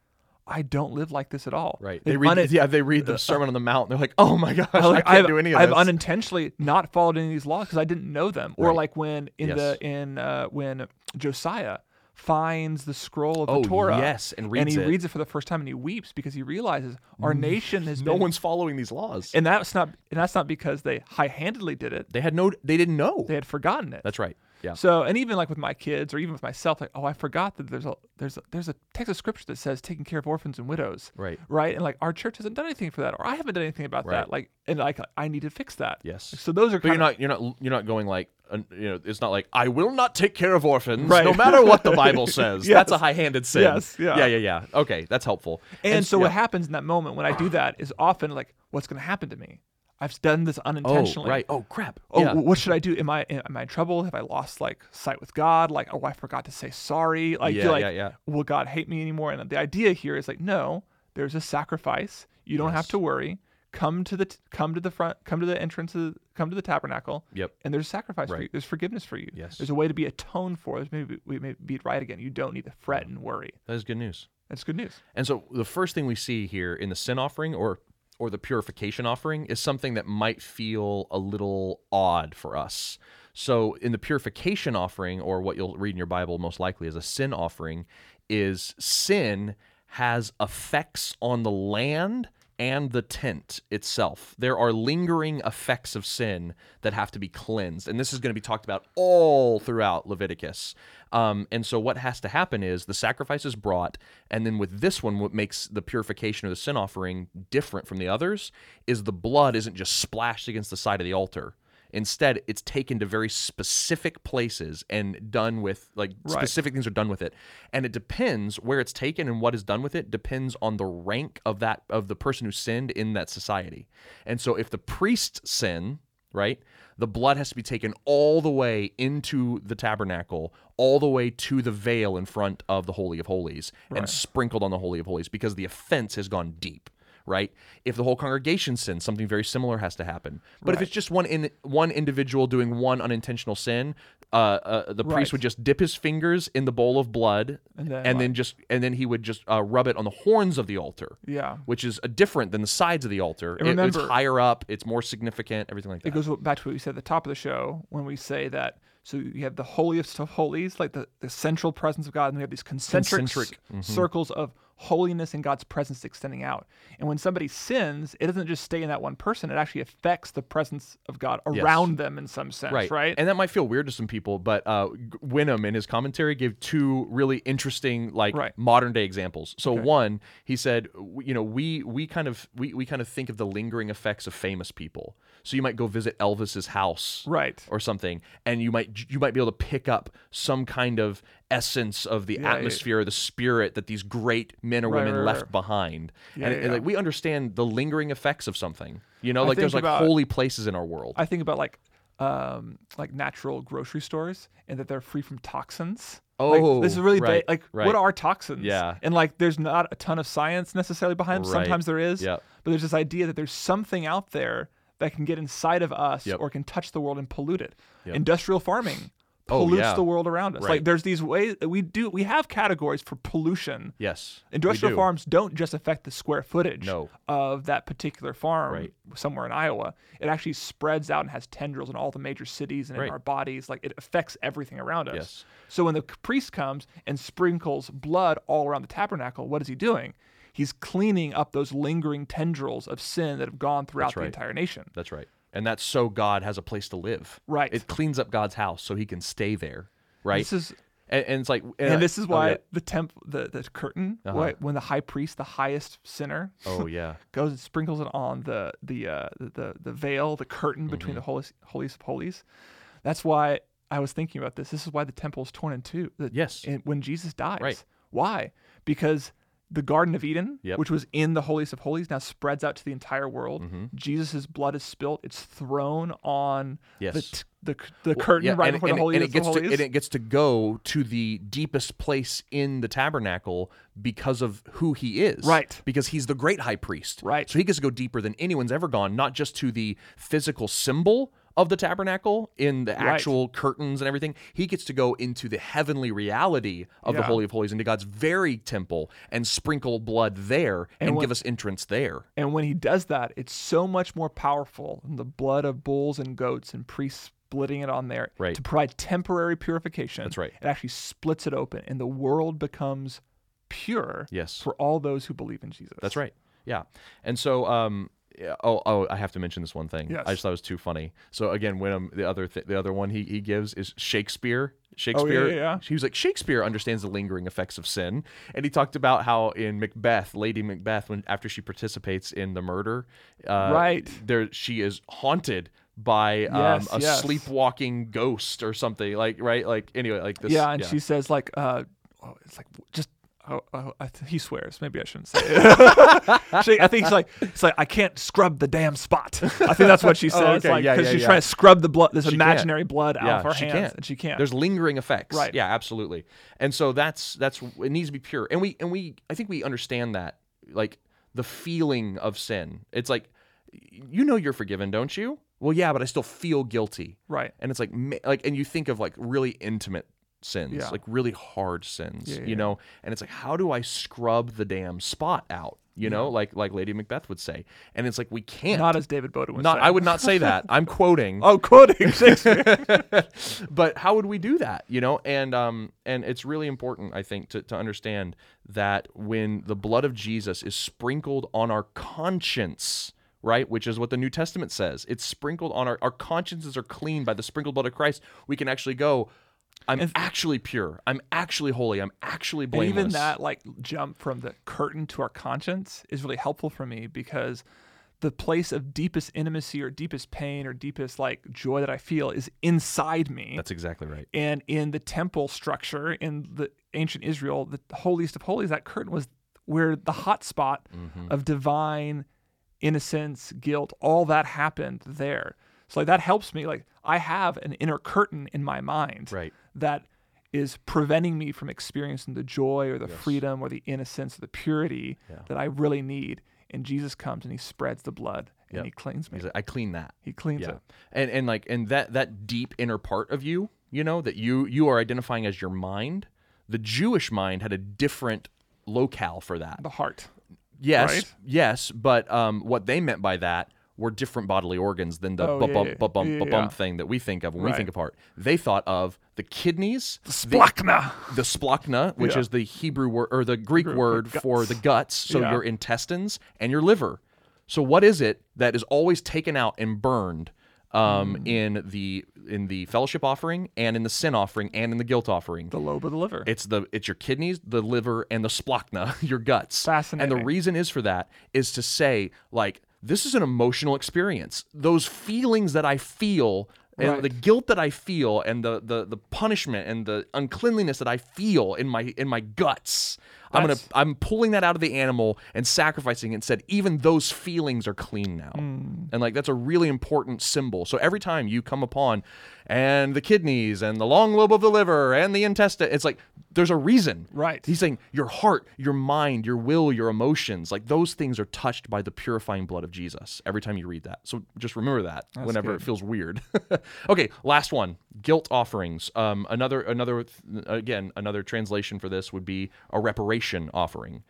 I don't live like this at all." Right. They've They read. unin- yeah, they read the Sermon on the Mount. And they're like, oh my gosh, I, like, can't I've, do any of I've this. unintentionally not followed any of these laws because I didn't know them. Or Right. like when in Yes. the in uh, when Josiah finds the scroll of Oh, the Torah, yes, and and reads he it. Mm. reads it for the first time, and he weeps because he realizes our nation has no been, one's following these laws. and that's not and that's not because they high-handedly did it; they had no. They didn't know. they had forgotten it. That's right. Yeah. So, and even like with my kids, or even with myself, like, oh, I forgot that there's a there's a, there's a text of scripture that says taking care of orphans and widows, Right. Right, and like our church hasn't done anything for that, or I haven't done anything about that, Right. like, and like I need to fix that. Yes. So those are But you're kind not of you're not you're not going like uh, you know it's not like I will not take care of orphans Right. no matter what the [LAUGHS] Bible says. That's a high-handed sin. Yes, yeah. yeah, yeah, yeah. Okay, that's helpful. And, so yeah. what happens in that moment when I do that is often like, what's going to happen to me? I've done this unintentionally. Oh, right. Oh, crap. Oh, yeah. wh- what should I do? Am I am I in trouble? Have I lost like sight with God? Like, oh, I forgot to say sorry. Like, Yeah, you're like, yeah, yeah. will God hate me anymore? And the idea here is like, no, there's a sacrifice. You don't have to worry. Come to the t- come to the front. Come to the entrance. Of the, come to the tabernacle. Yep. And there's a sacrifice for Right. you. There's forgiveness for you. Yes. There's a way to be atoned for. There's maybe we may be right again. You don't need to Mm. fret and worry. that is good news. That's good news. And so the first thing we see here in the sin offering or or the purification offering is something that might feel a little odd for us. So in the purification offering or what you'll read in your Bible most likely as a sin offering is sin has effects on the land and the tent itself. There are lingering effects of sin that have to be cleansed. And this is going to be talked about all throughout Leviticus. Um, and so, what has to happen is the sacrifice is brought. And then, with this one, what makes the purification of the sin offering different from the others is the blood isn't just splashed against the side of the altar. Instead, it's taken to very specific places and done with like specific things are done with it. And it depends where it's taken and what is done with it depends on the rank of that of the person who sinned in that society. And so if the priest sin, right? The blood has to be taken all the way into the tabernacle, all the way to the veil in front of the Holy of Holies and sprinkled on the Holy of Holies because the offense has gone deep, right? If the whole congregation sins, something very similar has to happen. But if it's just one in one individual doing one unintentional sin, uh, uh, the priest would just dip his fingers in the bowl of blood and then then, just and then he would just uh, rub it on the horns of the altar Yeah. which is uh different than the sides of the altar. It- remember- it's higher up, it's more significant, everything like that. It goes back to what we said at the top of the show when we say that. So you have the holiest of holies, like the, the central presence of God, and we have these concentric, s- Concentric, circles of holiness and God's presence extending out. And when somebody sins, it doesn't just stay in that one person; it actually affects the presence of God around them in some sense, right? And that might feel weird to some people, but uh, G- Winham in his commentary gave two really interesting, like Right. modern day examples. So one, he said, w- you know, we we kind of we, we kind of think of the lingering effects of famous people. So you might go visit Elvis's house, Right. or something, and you might you might be able to pick up some kind of essence of the atmosphere, or the spirit that these great men or Right, women right, left right. behind. and, yeah, and, like yeah. we understand the lingering effects of something. You know, I like there's like think about- holy places in our world. I think about like um like natural grocery stores and that they're free from toxins. like, this is Oh, really ba- right, like right. what are toxins? Yeah. and like there's not a ton of science necessarily behind. it. Right, Sometimes there is, yep. but there's this idea that there's something out there that can get inside of us Yep. or can touch the world and pollute it. Industrial farming Oh, pollutes yeah. the world around us. Right. Like there's these ways we do we have categories for pollution. yes, we Industrial do. farms don't just affect the square footage No. of that particular farm Right. somewhere in Iowa. It actually spreads out and has tendrils in all the major cities and Right. in our bodies. Like it affects everything around us. Yes. So when the priest comes and sprinkles blood all around the tabernacle, what is he doing? He's cleaning up those lingering tendrils of sin that have gone throughout the right. entire nation. That's right. And that's so God has a place to live. Right. It cleans up God's house so he can stay there. Right. This is and, and it's like and this is why Oh yeah. Uh-huh. the temp the, the curtain why, when the high priest, the highest sinner, Oh, yeah. goes and sprinkles it on the the uh, the- the the veil, the curtain between Mm-hmm. the holies, holies of holies. That's why I was thinking about this. This is why the temple's torn in two. the- Yes. in- when Jesus dies, Right. why? Because the Garden of Eden, Yep. which was in the holies of holies, now spreads out to the entire world. Mm-hmm. Jesus' blood is spilt. It's thrown on the Yes. t- the, c- the curtain Yeah, right and, before and the it- holies and it gets of to holies. and it gets to go to the deepest place in the tabernacle because of who he is, Right. Because he's the great high priest, Right. So he gets to go deeper than anyone's ever gone, not just to the physical symbol of the tabernacle in the actual curtains and everything. He gets to go into the heavenly reality of the Yeah. holy of holies, into God's very temple, and sprinkle blood there and, give us entrance there. And when he does that, it's so much more powerful than the blood of bulls and goats and priests splitting it on there Right. to provide temporary purification. That's right. It actually splits it open and the world becomes pure Yes. for all those who believe in Jesus. That's right. Yeah. And so, um, yeah, oh, oh, I have to mention this one thing. Yes. I just thought it was too funny. So again, Wyndham, the other th- the other one he, he gives is Shakespeare. Shakespeare. Oh, yeah, yeah. He was like Shakespeare understands the lingering effects of sin, and he talked about how in Macbeth, Lady Macbeth, when after she participates in the murder, uh, Right. there she is haunted by um, Yes, a yes. sleepwalking ghost or something like right like anyway like this Yeah, and she says like uh oh, it's like just Oh, oh, I th- he swears. Maybe I shouldn't say [LAUGHS] it. she, I think he's like, it's like I can't scrub the damn spot. I think that's [LAUGHS] what she says. Oh, okay, Like, yeah, yeah, she's yeah. trying to scrub the blood, this imaginary blood yeah, out of her she hands, can't. and she can't. There's lingering effects. Right. Yeah, absolutely. And so that's that's it needs to be pure. And we and we I think we understand that like the feeling of sin. It's like you know you're forgiven, don't you? Well, yeah, but I still feel guilty. right. And it's like ma- like and you think of like really intimate sins, Yeah. like really hard sins, Yeah, yeah, you know? And it's like how do I scrub the damn spot out? You know, like like Lady Macbeth would say. And it's like we can't. [LAUGHS] Not as David Bowden would not say. I would not [LAUGHS] say that. I'm quoting. Oh, [LAUGHS] quoting Shakespeare. but how would we do that you know and um and it's really important i think to, to understand that when the blood of jesus is sprinkled on our conscience right which is what the new testament says it's sprinkled on our our consciences are clean by the sprinkled blood of christ we can actually go i'm actually pure i'm actually holy i'm actually and blameless even that like jump from the curtain to our conscience is really helpful for me because the place of deepest intimacy or deepest pain or deepest like joy that I feel is inside me. that's exactly right and in the temple structure in the ancient Israel, the holiest of holies, that curtain was where the hot spot of divine innocence, guilt, all that happened there. So like that helps me. Like I have an inner curtain in my mind Right. that is preventing me from experiencing the joy or the freedom or the innocence or the purity that I really need. And Jesus comes and he spreads the blood and Yep. he cleans me. He's like, I clean that. He cleans it. And and like and that that deep inner part of you, you know, that you you are identifying as your mind, the Jewish mind had a different locale for that. The heart. Yes, right? yes, but um, what they meant by that were different bodily organs than the Oh, bu- yeah, bump, yeah, bu- bump, yeah, bu- yeah. bump thing that we think of when we Right. think of heart. They thought of the kidneys, Splachna. the splachna, which Yeah. is the Hebrew word or the Greek word for the guts, so Yeah. your intestines and your liver. So what is it that is always taken out and burned um, Hmm. in the in the fellowship offering and in the sin offering and in the guilt offering? The lobe of the liver. It's the it's your kidneys, the liver, and the splachna, [LAUGHS] your guts. And Fascinating. the reason is for that is to say like this is an emotional experience. Those feelings that I feel and Right. the guilt that I feel and the, the the punishment and the uncleanliness that I feel in my in my guts. I'm gonna That's- I'm pulling that out of the animal and sacrificing it and said even those feelings are clean now. Hmm. And like that's a really important symbol. So every time you come upon and the kidneys and the long lobe of the liver and the intestine, it's like there's a reason. Right. He's saying your heart, your mind, your will, your emotions, like those things are touched by the purifying blood of Jesus every time you read that. So just remember that whenever it feels weird. [LAUGHS] okay, last one. Guilt offerings. Um, another another th- again, another translation for this would be a reparation offering.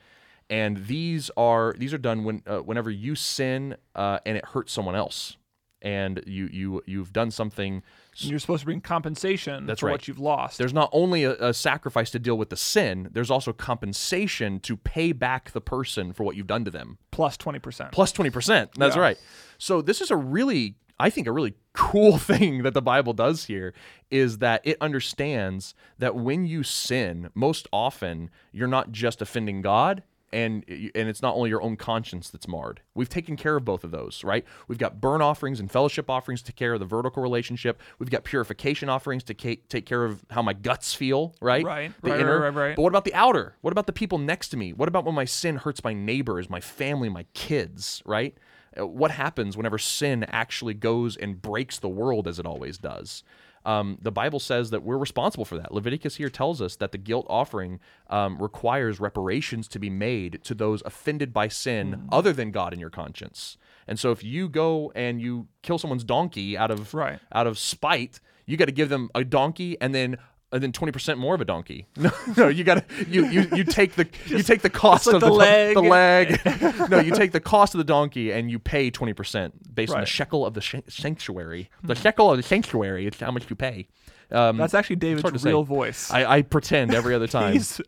And these are these are done when uh, whenever you sin uh, and it hurts someone else and you you you've done something And you're supposed to bring compensation That's for right. what you've lost. there's not only a, a sacrifice to deal with the sin, there's also compensation to pay back the person for what you've done to them. plus 20%. Plus 20%. That's Yeah. right. So this is a really I think a really [LAUGHS] cool thing that the Bible does here is that it understands that when you sin, most often you're not just offending God and and it's not only your own conscience that's marred. We've taken care of both of those, right? We've got burn offerings and fellowship offerings to take care of the vertical relationship. We've got purification offerings to ca- take care of how my guts feel, right? Right, The right, inner. right, right, right. But what about the outer? What about the people next to me? What about when my sin hurts my neighbors, my family, my kids, right? Uh, What happens whenever sin actually goes and breaks the world as it always does? Um, the Bible says that we're responsible for that. Leviticus here tells us that the guilt offering um, requires reparations to be made to those offended by sin other than God in your conscience. And so if you go and you kill someone's donkey out of Right. out of spite, you got to give them a donkey and then and then twenty percent more of a donkey. [LAUGHS] No, no, you got to you, you you take the you take the cost like of the leg. the leg. [LAUGHS] no, you take the cost of the donkey and you pay twenty percent based on the Right. shekel of the shan- sanctuary. The shekel of the sanctuary is how much you pay. Um, That's actually David's hard to say. real voice. I, I pretend every [LAUGHS] other time. He's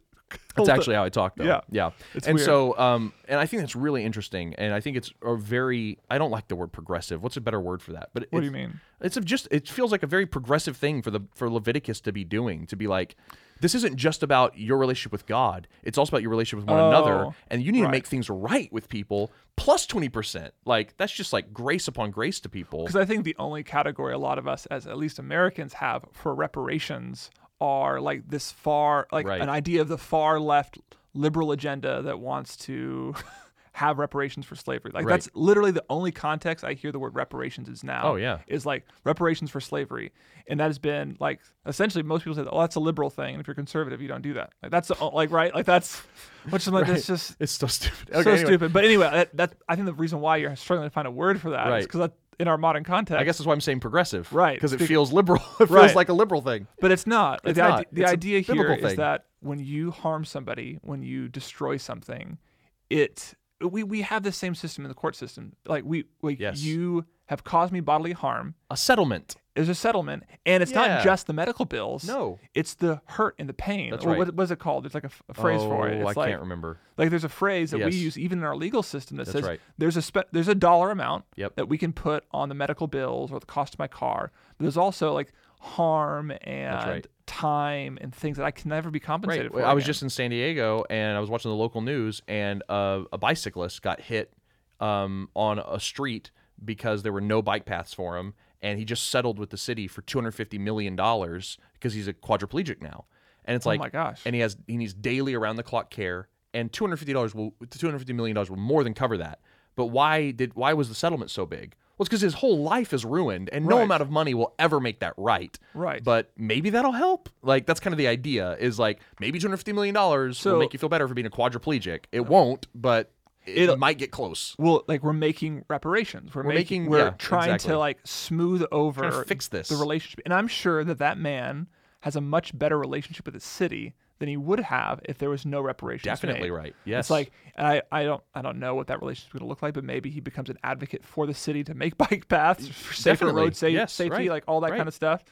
That's actually how I talk, though. Yeah. yeah. It's and weird. so, um, and I think that's really interesting, and I think it's a very. I don't like the word progressive. What's a better word for that? But What do it's- you mean? It's a just. It feels like a very progressive thing for the for Leviticus to be doing. To be like, this isn't just about your relationship with God. It's also about your relationship with one another, Oh, and you need to right. make things right with people. Plus twenty percent. Like that's just like grace upon grace to people. because I think the only category a lot of us, as at least Americans, have for reparations are like this far, like Right. an idea of the far left liberal agenda that wants to [LAUGHS] have reparations for slavery. Like Right. that's literally the only context I hear the word reparations is now. Oh, yeah. is like reparations for slavery, and that has been like essentially most people say, oh, that's a liberal thing, and if you're conservative, you don't do that. Like that's the, o- like right, [LAUGHS] like that's which is like that's just It's so stupid. so anyway. stupid. But anyway, that, that I think the reason why you're struggling to find a word for that is Right. because in our modern context, I guess that's why I'm saying progressive, Right. Because it Bec- feels liberal. [LAUGHS] It feels Right. like a liberal thing. but it's not. Like, It's the ide- not. the It's a idea here biblical is thing. that when you harm somebody, when you destroy something, it we we have the same system in the court system. Like we, like Yes. you have caused me bodily harm. A settlement. There's a settlement, and it's Yeah. not just the medical bills. No. it's the hurt and the pain. That's Or right. What, what is it called? There's like a, f- a phrase for it. Oh, It's I like, can't remember. Like there's a phrase that Yes. we use even in our legal system that says right. there's a spe- there's a dollar amount Yep. that we can put on the medical bills or the cost of my car. But there's also like harm and right. time and things that I can never be compensated Right. for. I was again. just in San Diego and I was watching the local news, and uh, a bicyclist got hit um, on a street because there were no bike paths for him, and he just settled with the city for two hundred fifty million dollars because he's a quadriplegic now, and it's like, Oh my gosh. and he has he needs daily around the clock care, and two hundred fifty dollars will two hundred fifty million dollars will more than cover that. But why did why was the settlement so big? Well, it's because his whole life is ruined, and no Right. amount of money will ever make that right. Right. But maybe that'll help. Like that's kind of the idea. Is like maybe two hundred fifty million dollars So- will make you feel better for being a quadriplegic. It won't, but it might get close. well like we're making reparations we're, making, making- we're yeah, trying exactly. to like smooth over Trying to fix this. the relationship and i'm sure that that man has a much better relationship with the city than he would have if there was no reparations Definitely made. right. Yes. it's like and i i don't i don't know what that relationship's going to look like but maybe he becomes an advocate for the city to make [LAUGHS] bike paths for safer Definitely. road sa- Yes, safety right, like all that right. kind of stuff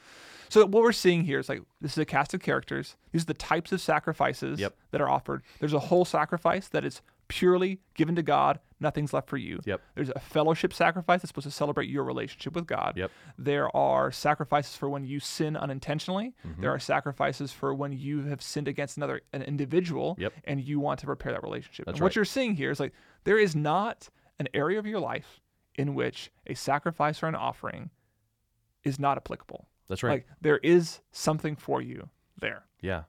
so what we're seeing here is like this is a cast of characters these are the types of sacrifices Yep. that are offered there's a whole sacrifice that is purely given to god nothing's left for you Yep. there's a fellowship sacrifice that's supposed to celebrate your relationship with God. Yep. There are sacrifices for when you sin unintentionally. Mm-hmm. There are sacrifices for when you have sinned against another an individual Yep. and you want to repair that relationship. That's and right. what you're seeing here is like there is not an area of your life in which a sacrifice or an offering is not applicable. that's right. Like there is something for you there. yeah,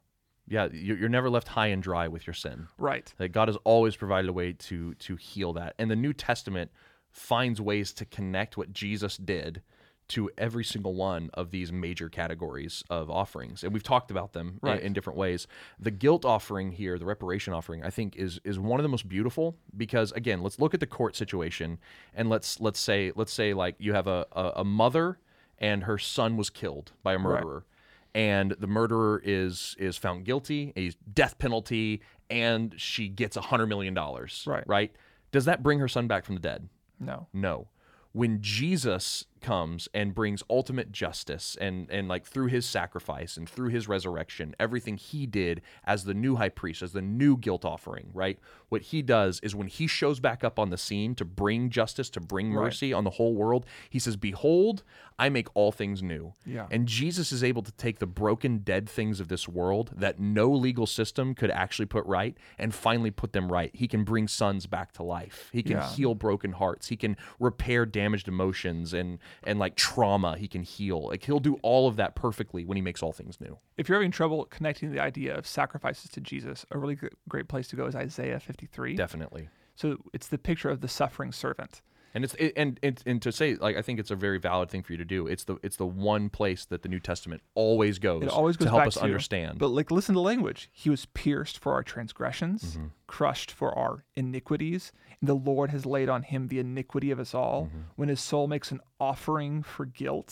yeah. You're, you're never left high and dry with your sin. Right. That God has always provided a way to to heal that. And the New Testament finds ways to connect what Jesus did to every single one of these major categories of offerings. And we've talked about them i- Right. in different ways. The guilt offering here, the reparation offering, I think is is one of the most beautiful because again, let's look at the court situation and let's let's say let's say like you have a, a, a mother and her son was killed by a murderer and the murderer is is found guilty a death penalty and she gets a hundred million dollars Right. right does that bring her son back from the dead No. no when jesus comes and brings ultimate justice and and like through his sacrifice and through his resurrection everything he did as the new high priest as the new guilt offering right what he does is when he shows back up on the scene to bring justice to bring mercy on the whole world he says behold i make all things new Yeah. and Jesus is able to take the broken, dead things of this world that no legal system could actually put right and finally put them right. He can bring sons back to life. He can Yeah. heal broken hearts. He can repair damaged emotions and and like trauma. He can heal. Like he'll do all of that perfectly when he makes all things new. if you're having trouble connecting the idea of sacrifices to Jesus, a really g- great place to go is Isaiah 53. Definitely. So it's the picture of the suffering servant. And it's it, and, and and to say like I think it's a very valid thing for you to do. It's the it's the one place that the New Testament always goes, It always goes to help back us to, understand. But like, listen to the language. He was pierced for our transgressions, Mm-hmm. crushed for our iniquities, and the Lord has laid on him the iniquity of us all. Mm-hmm. When his soul makes an offering for guilt,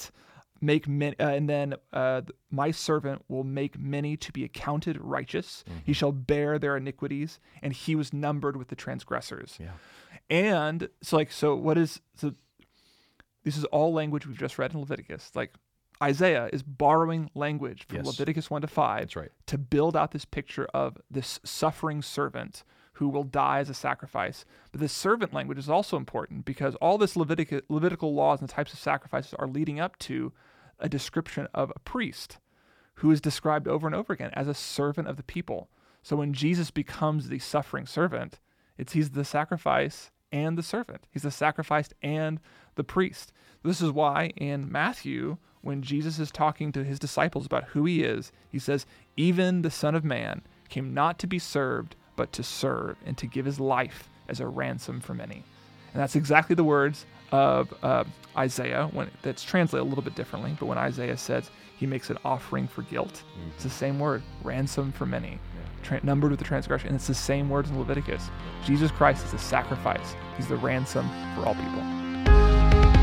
make men, uh, and then uh, th- my servant will make many to be accounted righteous. Mm-hmm. He shall bear their iniquities, and he was numbered with the transgressors. Yeah. And so, like, so what is so this is all language we've just read in Leviticus. Like Isaiah is borrowing language from Yes. Leviticus 1 to 5 That's right. to build out this picture of this suffering servant who will die as a sacrifice. But this servant language is also important because all this Levitica- Levitical laws and the types of sacrifices are leading up to a description of a priest who is described over and over again as a servant of the people. So when Jesus becomes the suffering servant, it's he's the sacrifice and the servant. He's the sacrificed and the priest. This is why in Matthew, when Jesus is talking to his disciples about who he is, he says, Even the Son of Man came not to be served, but to serve and to give his life as a ransom for many. And that's exactly the words of uh, Isaiah. When that's translated a little bit differently, but when Isaiah says he makes an offering for guilt, it's the same word, ransom for many, tra- numbered with the transgression, and it's the same words in Leviticus. Jesus Christ is the sacrifice; he's the ransom for all people.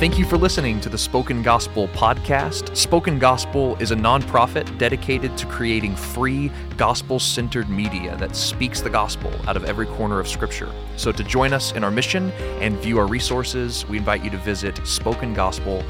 Thank you for listening to the Spoken Gospel podcast. Spoken Gospel is a nonprofit dedicated to creating free, gospel centered media that speaks the gospel out of every corner of Scripture. So, to join us in our mission and view our resources, we invite you to visit spokengospel.com.